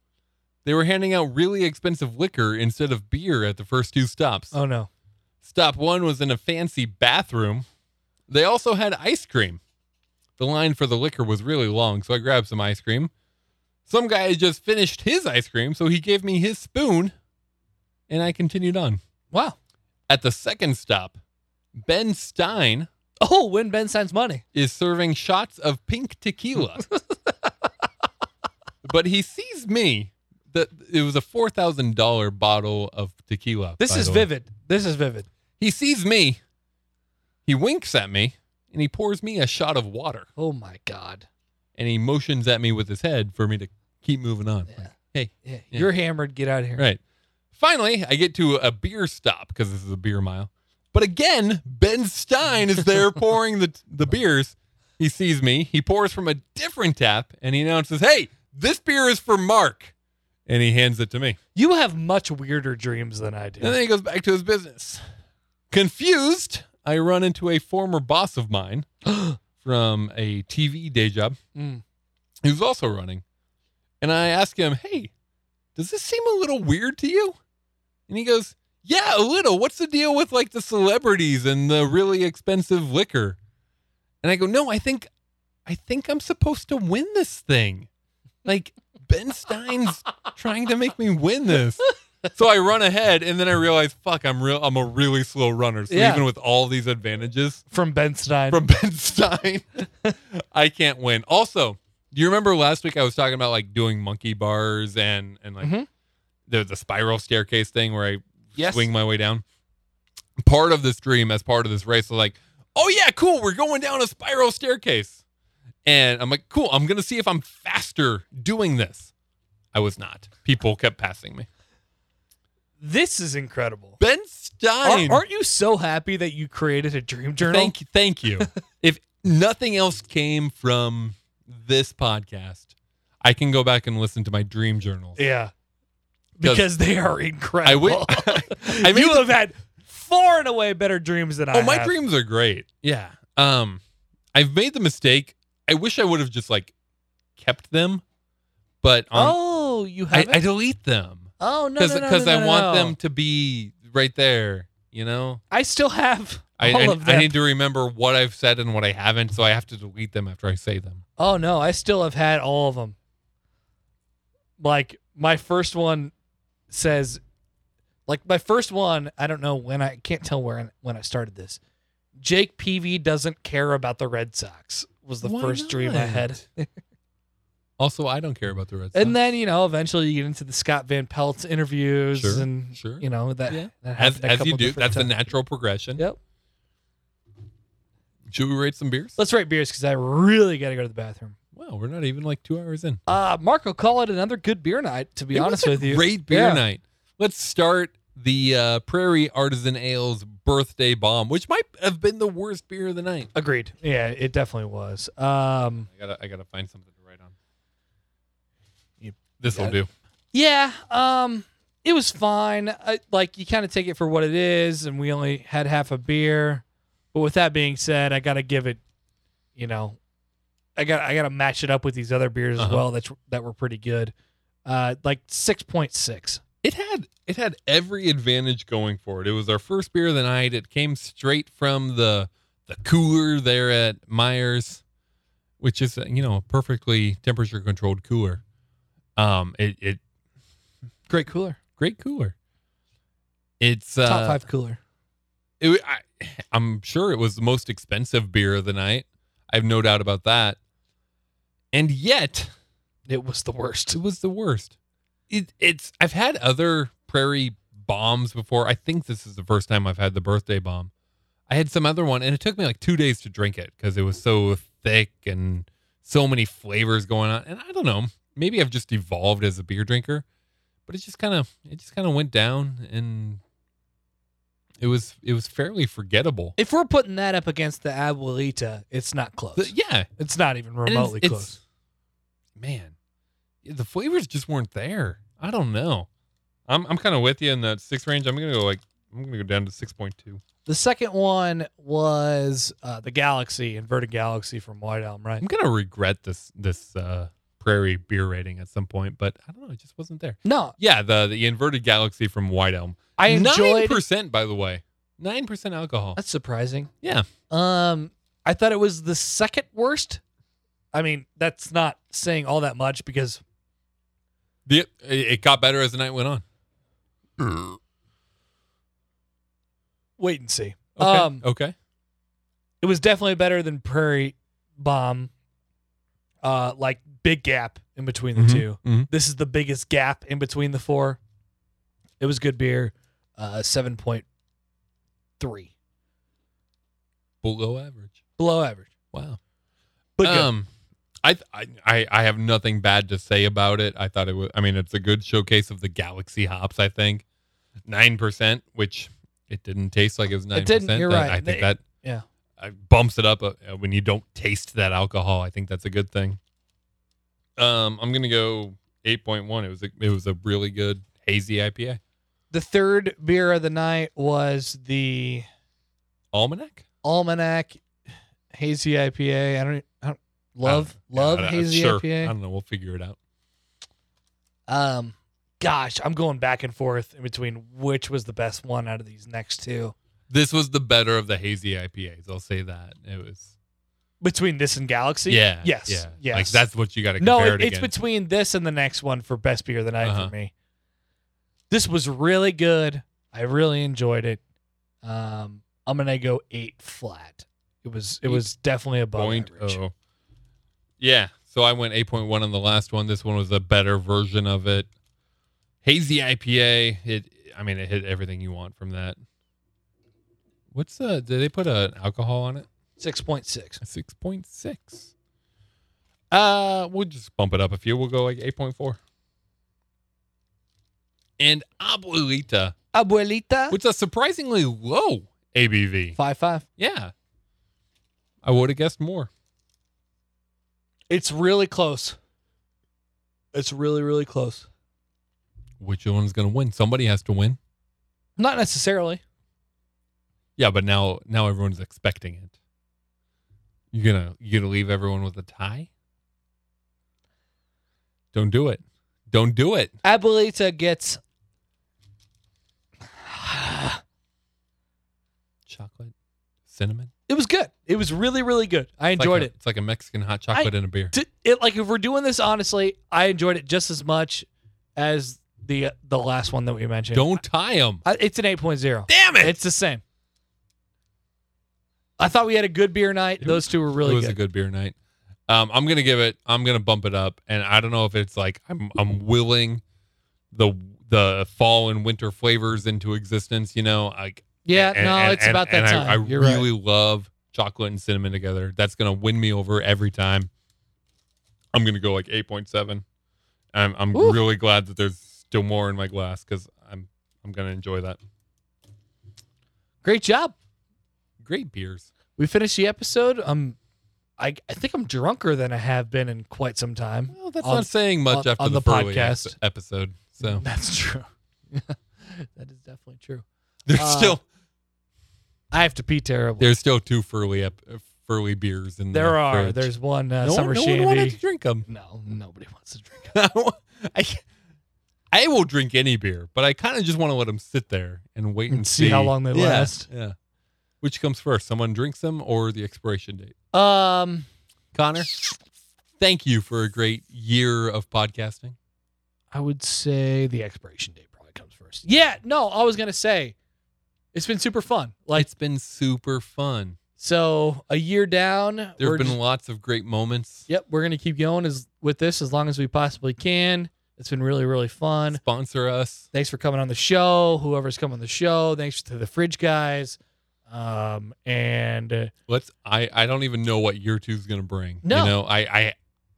They were handing out really expensive liquor instead of beer at the first two stops. oh no. Stop one was in a fancy bathroom. They also had ice cream. The line for the liquor was really long, so I grabbed some ice cream. Some guy had just finished his ice cream, so he gave me his spoon, and I continued on. Wow. At the second stop, Ben Stein Oh, when Ben signs money. is serving shots of pink tequila. but he sees me. That it was a four thousand dollar bottle of tequila. This by is the way. vivid. This is vivid. He sees me. He winks at me and he pours me a shot of water Oh my god. and he motions at me with his head for me to keep moving on. Yeah. Hey, Yeah, Yeah. You're hammered. Get out of here. right. Finally, I get to a beer stop because this is a beer mile. But again, Ben Stein is there pouring the, the beers. He sees me. He pours from a different tap and he announces, Hey, this beer is for Mark. And he hands it to me. You have much weirder dreams than I do. And then he goes back to his business. Confused, I run into a former boss of mine from a TV day job Mm. He was also running. And I ask him, Hey, does this seem a little weird to you? And he goes, Yeah, a little. What's the deal with like the celebrities and the really expensive liquor? And I go, No, I think I think I'm supposed to win this thing. Like Ben Stein's trying to make me win this. So I run ahead and then I realize, fuck, I'm real I'm a really slow runner. So Yeah. even with all these advantages, From Ben Stein. from Ben Stein. I can't win. Also, do you remember last week I was talking about like doing monkey bars and and like Mhm. the the spiral staircase thing where I yes. swing my way down? Part of this dream, as part of this race, was like, oh yeah, cool, we're going down a spiral staircase, and I'm like, cool, I'm gonna see if I'm faster doing this. I was not. People kept passing me. This is incredible. Ben Stein. Aren't, aren't you so happy that you created a dream journal? Thank you. Thank you. if nothing else came from this podcast, I can go back and listen to my dream journals. Yeah. Because- Because they are incredible. I mean, you have had far and away better dreams than I oh, my have. dreams are great. Yeah. Um, I've made the mistake. I wish I would have just like kept them, but on, oh, you I, haven't? I delete them oh, no, because no, no, no, I no, want no. them to be right there. You know, I still have I, all I, of I them. need to remember what I've said and what I haven't, so I have to delete them after I say them. Oh no, I still have had all of them. Like my first one says, like my first one, I don't know when I can't tell where I, when I started this. Jake PV doesn't care about the Red Sox was the Why first dream I not? had, Also, I don't care about the Red Sox. and then you know eventually you get into the Scott Van Pelt's interviews Sure, and sure. you know that, Yeah. that as, happened a as couple you do, different that's a times. natural progression. Yep. Should we rate some beers? Let's rate beers because I really got to go to the bathroom. Wow, we're not even like two hours in. Uh, Marco, call it another good beer night. To be It was honest a with you, great beer Yeah. night. Let's start the uh, Prairie Artisan Ale's birthday bomb, which might have been the worst beer of the night. Agreed. Yeah, it definitely was. Um, I gotta, I gotta find something to write on. You This will got do. Yeah, um, it was fine. I, like you kind of take it for what it is, and we only had half a beer. But with that being said, I gotta give it, you know, I got I gotta match it up with these other beers as Uh-huh. well. That's that were pretty good. Uh, like six point six. It had, it had every advantage going for it. It was our first beer of the night. It came straight from the, the cooler there at Myers, which is you know a perfectly temperature controlled cooler. Um, it, it Great cooler. great cooler. It's uh, Top five cooler. It, wa- I, I'm sure it was the most expensive beer of the night. I have no doubt about that. And yet, It was the worst. it was the worst. It, it's I've had other prairie bombs before. I think this is the first time I've had the birthday bomb. I had some other one, and it took me like two days to drink it because it was so thick and so many flavors going on. And I don't know, maybe I've just evolved as a beer drinker, but it just kind of it just kind of went down, and it was it was fairly forgettable. If we're putting that up against the Abuelita, it's not close. But yeah, It's not even And it's- remotely it's- close. Man, the flavors just weren't there. I don't know. I'm I'm kind of with you in that six range. I'm gonna go like I'm gonna go down to six point two. The second one was uh, the Galaxy, Inverted Galaxy from White Elm, right? I'm gonna regret this this uh, prairie beer rating at some point, but I don't know. It just wasn't there. No, Yeah, the the inverted galaxy from White Elm. I nine enjoyed. percent, by the way, nine percent alcohol. That's surprising. Yeah. Um, I thought it was the second worst. I mean, that's not saying all that much because The it- it got better as the night went on. wait and see. Okay. Um, okay. It was definitely better than Prairie Bomb. Uh, like big gap in between the Mhm, two. mhm. This is the biggest gap in between the four. It was good beer. Uh, seven point three, Below average. below average, Wow. but good. um, I, th- I I I have nothing bad to say about it. I thought it was. I mean, it's a good showcase of the Galaxy hops. I think nine percent, which it didn't taste like it was nine It didn't, percent. you're right. I think They- that yeah. uh, bumps it up uh, uh, when you don't taste that alcohol. I think that's a good thing. Um, I'm gonna go eight point one. It was a, it was a really good hazy IPA. the third beer of the night was the Almanac. Almanac Hazy IPA. I don't, e, I don't love love I don't- Hazy sure. I IPA. don't know. We'll figure it out. Um, gosh, I'm going back and forth in between which was the best one out of these next two. This was the better of the hazy IPAs. I'll say that it was. Between this and Galaxy, yeah. yes, Yeah. yes. Like that's what you got to no, compare it- it, it's against. between this and the next one for best beer of the night Uh-huh. for me. This was really good. I really enjoyed it. Um, I'm gonna go eight flat. It was it Eight was definitely above Point average. oh. Yeah. So I went 8.1 on the last one. This one was a better version of it. Hazy IPA. It. I mean, it hit everything you want from that. What's the? Did they put an alcohol on it? Six point six. Six point six. Uh, we'll just bump it up a few. We'll go like eight point four. And Abuelita, Abuelita. which is a surprisingly low ABV. Five five. Yeah. I would have guessed more. It's really close. It's really really close. Which one's going to win? Somebody has to win. Not necessarily. Yeah, but now now everyone's expecting it. You're going to you're going to leave everyone with a tie? Don't do it. Don't do it. Abuelita gets Chocolate, cinnamon. it was good. It was really really good. I It's enjoyed like a- it. It's like a Mexican hot chocolate and a beer. To, it like if we're doing this honestly, I enjoyed it just as much as the the last one that we mentioned. Don't tie them. I, it's an 8.0. Damn it. It's the same. I thought we had a good beer night. It Those two were really it was good. a good beer night. Um, I'm gonna give it. I'm gonna bump it up, and I don't know if it's like I'm I'm willing the the fall and winter flavors into existence. You know, like yeah, and- no, and- it's and- about that and time. I, I You're right. really love chocolate and cinnamon together. That's gonna win me over every time. I'm gonna go like 8.7. I'm I'm Woo. really glad that there's still more in my glass because I'm I'm gonna enjoy that. Great job. Great beers. we finished the episode. Um, I I think I'm drunker than I have been in quite some time. Well, that's On- not saying much on- after on the, the Furley podcast. epi- episode. So that's true. that is definitely true. there's Uh, still I have to pee terribly. There's still two Furley up, furley beers in there the are. fridge. There's one uh, no, summer one, no shandy. one wanted to drink them. no, nobody wants to drink. it. I, I will drink any beer, but I kind of just want to let them sit there and wait and, And see how long they Yeah, last. Yeah. Which comes first, someone drinks them or the expiration date? Um, Connor, thank you for a great year of podcasting. I would say the expiration date probably comes first. Yeah, no, I was gonna say, It's been super fun. Like it's been super fun. so, a year down. There we're have been just- lots of great moments. yep, we're gonna keep going as with this as long as we possibly can. It's been really really fun. Sponsor us. thanks for coming on the show. Whoever's coming on the show, thanks to the fridge guys. Um, and uh, Let's. I I don't even know what year two's gonna bring. No. You know, I I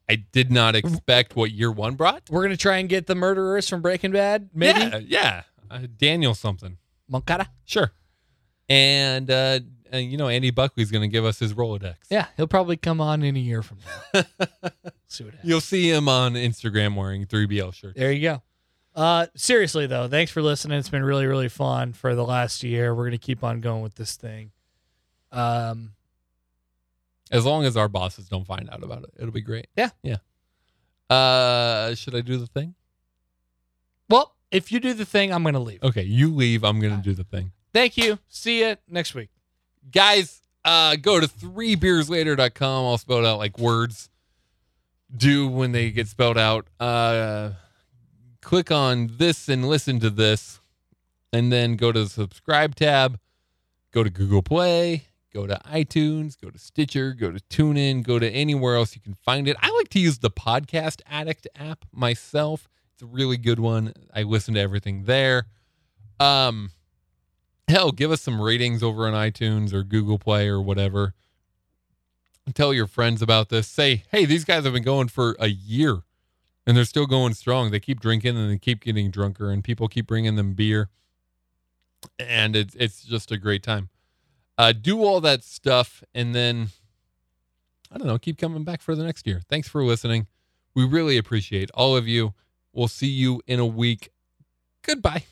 I did not expect what year one brought. we're gonna try and get the murderers from Breaking Bad, maybe Yeah. yeah. Uh, Daniel something. Moncada. Sure. And uh, and you know Andy Buckley's gonna give us his Rolodex. Yeah, he'll probably come on in a year from now. See what happens. You'll see him on Instagram wearing 3BL shirt. There you go. Uh, seriously though, thanks for listening. It's been really really fun for the last year. We're gonna keep on going with this thing. Um, As long as our bosses don't find out about it, it'll be great. Yeah. Yeah. Uh, should I do the thing? well, if you do the thing, I'm gonna leave. Okay, you leave. I'm Uh, gonna do the thing. Thank you. See you next week. guys uh go to threebeerslater.com all spelled out like words do when they get spelled out uh click on this and listen to this and then go to the subscribe tab go to google play go to itunes go to stitcher go to tunein go to anywhere else you can find it i like to use the podcast addict app myself it's a really good one i listen to everything there um hell, give us some ratings over on iTunes or Google Play or whatever. Tell your friends about this. Say, hey, these guys have been going for a year and they're still going strong. They keep drinking and they keep getting drunker, and people keep bringing them beer. And it's, it's just a great time. Uh, do all that stuff and then, I don't know, keep coming back for the next year. Thanks for listening. We really appreciate all of you. We'll see you in a week. Goodbye.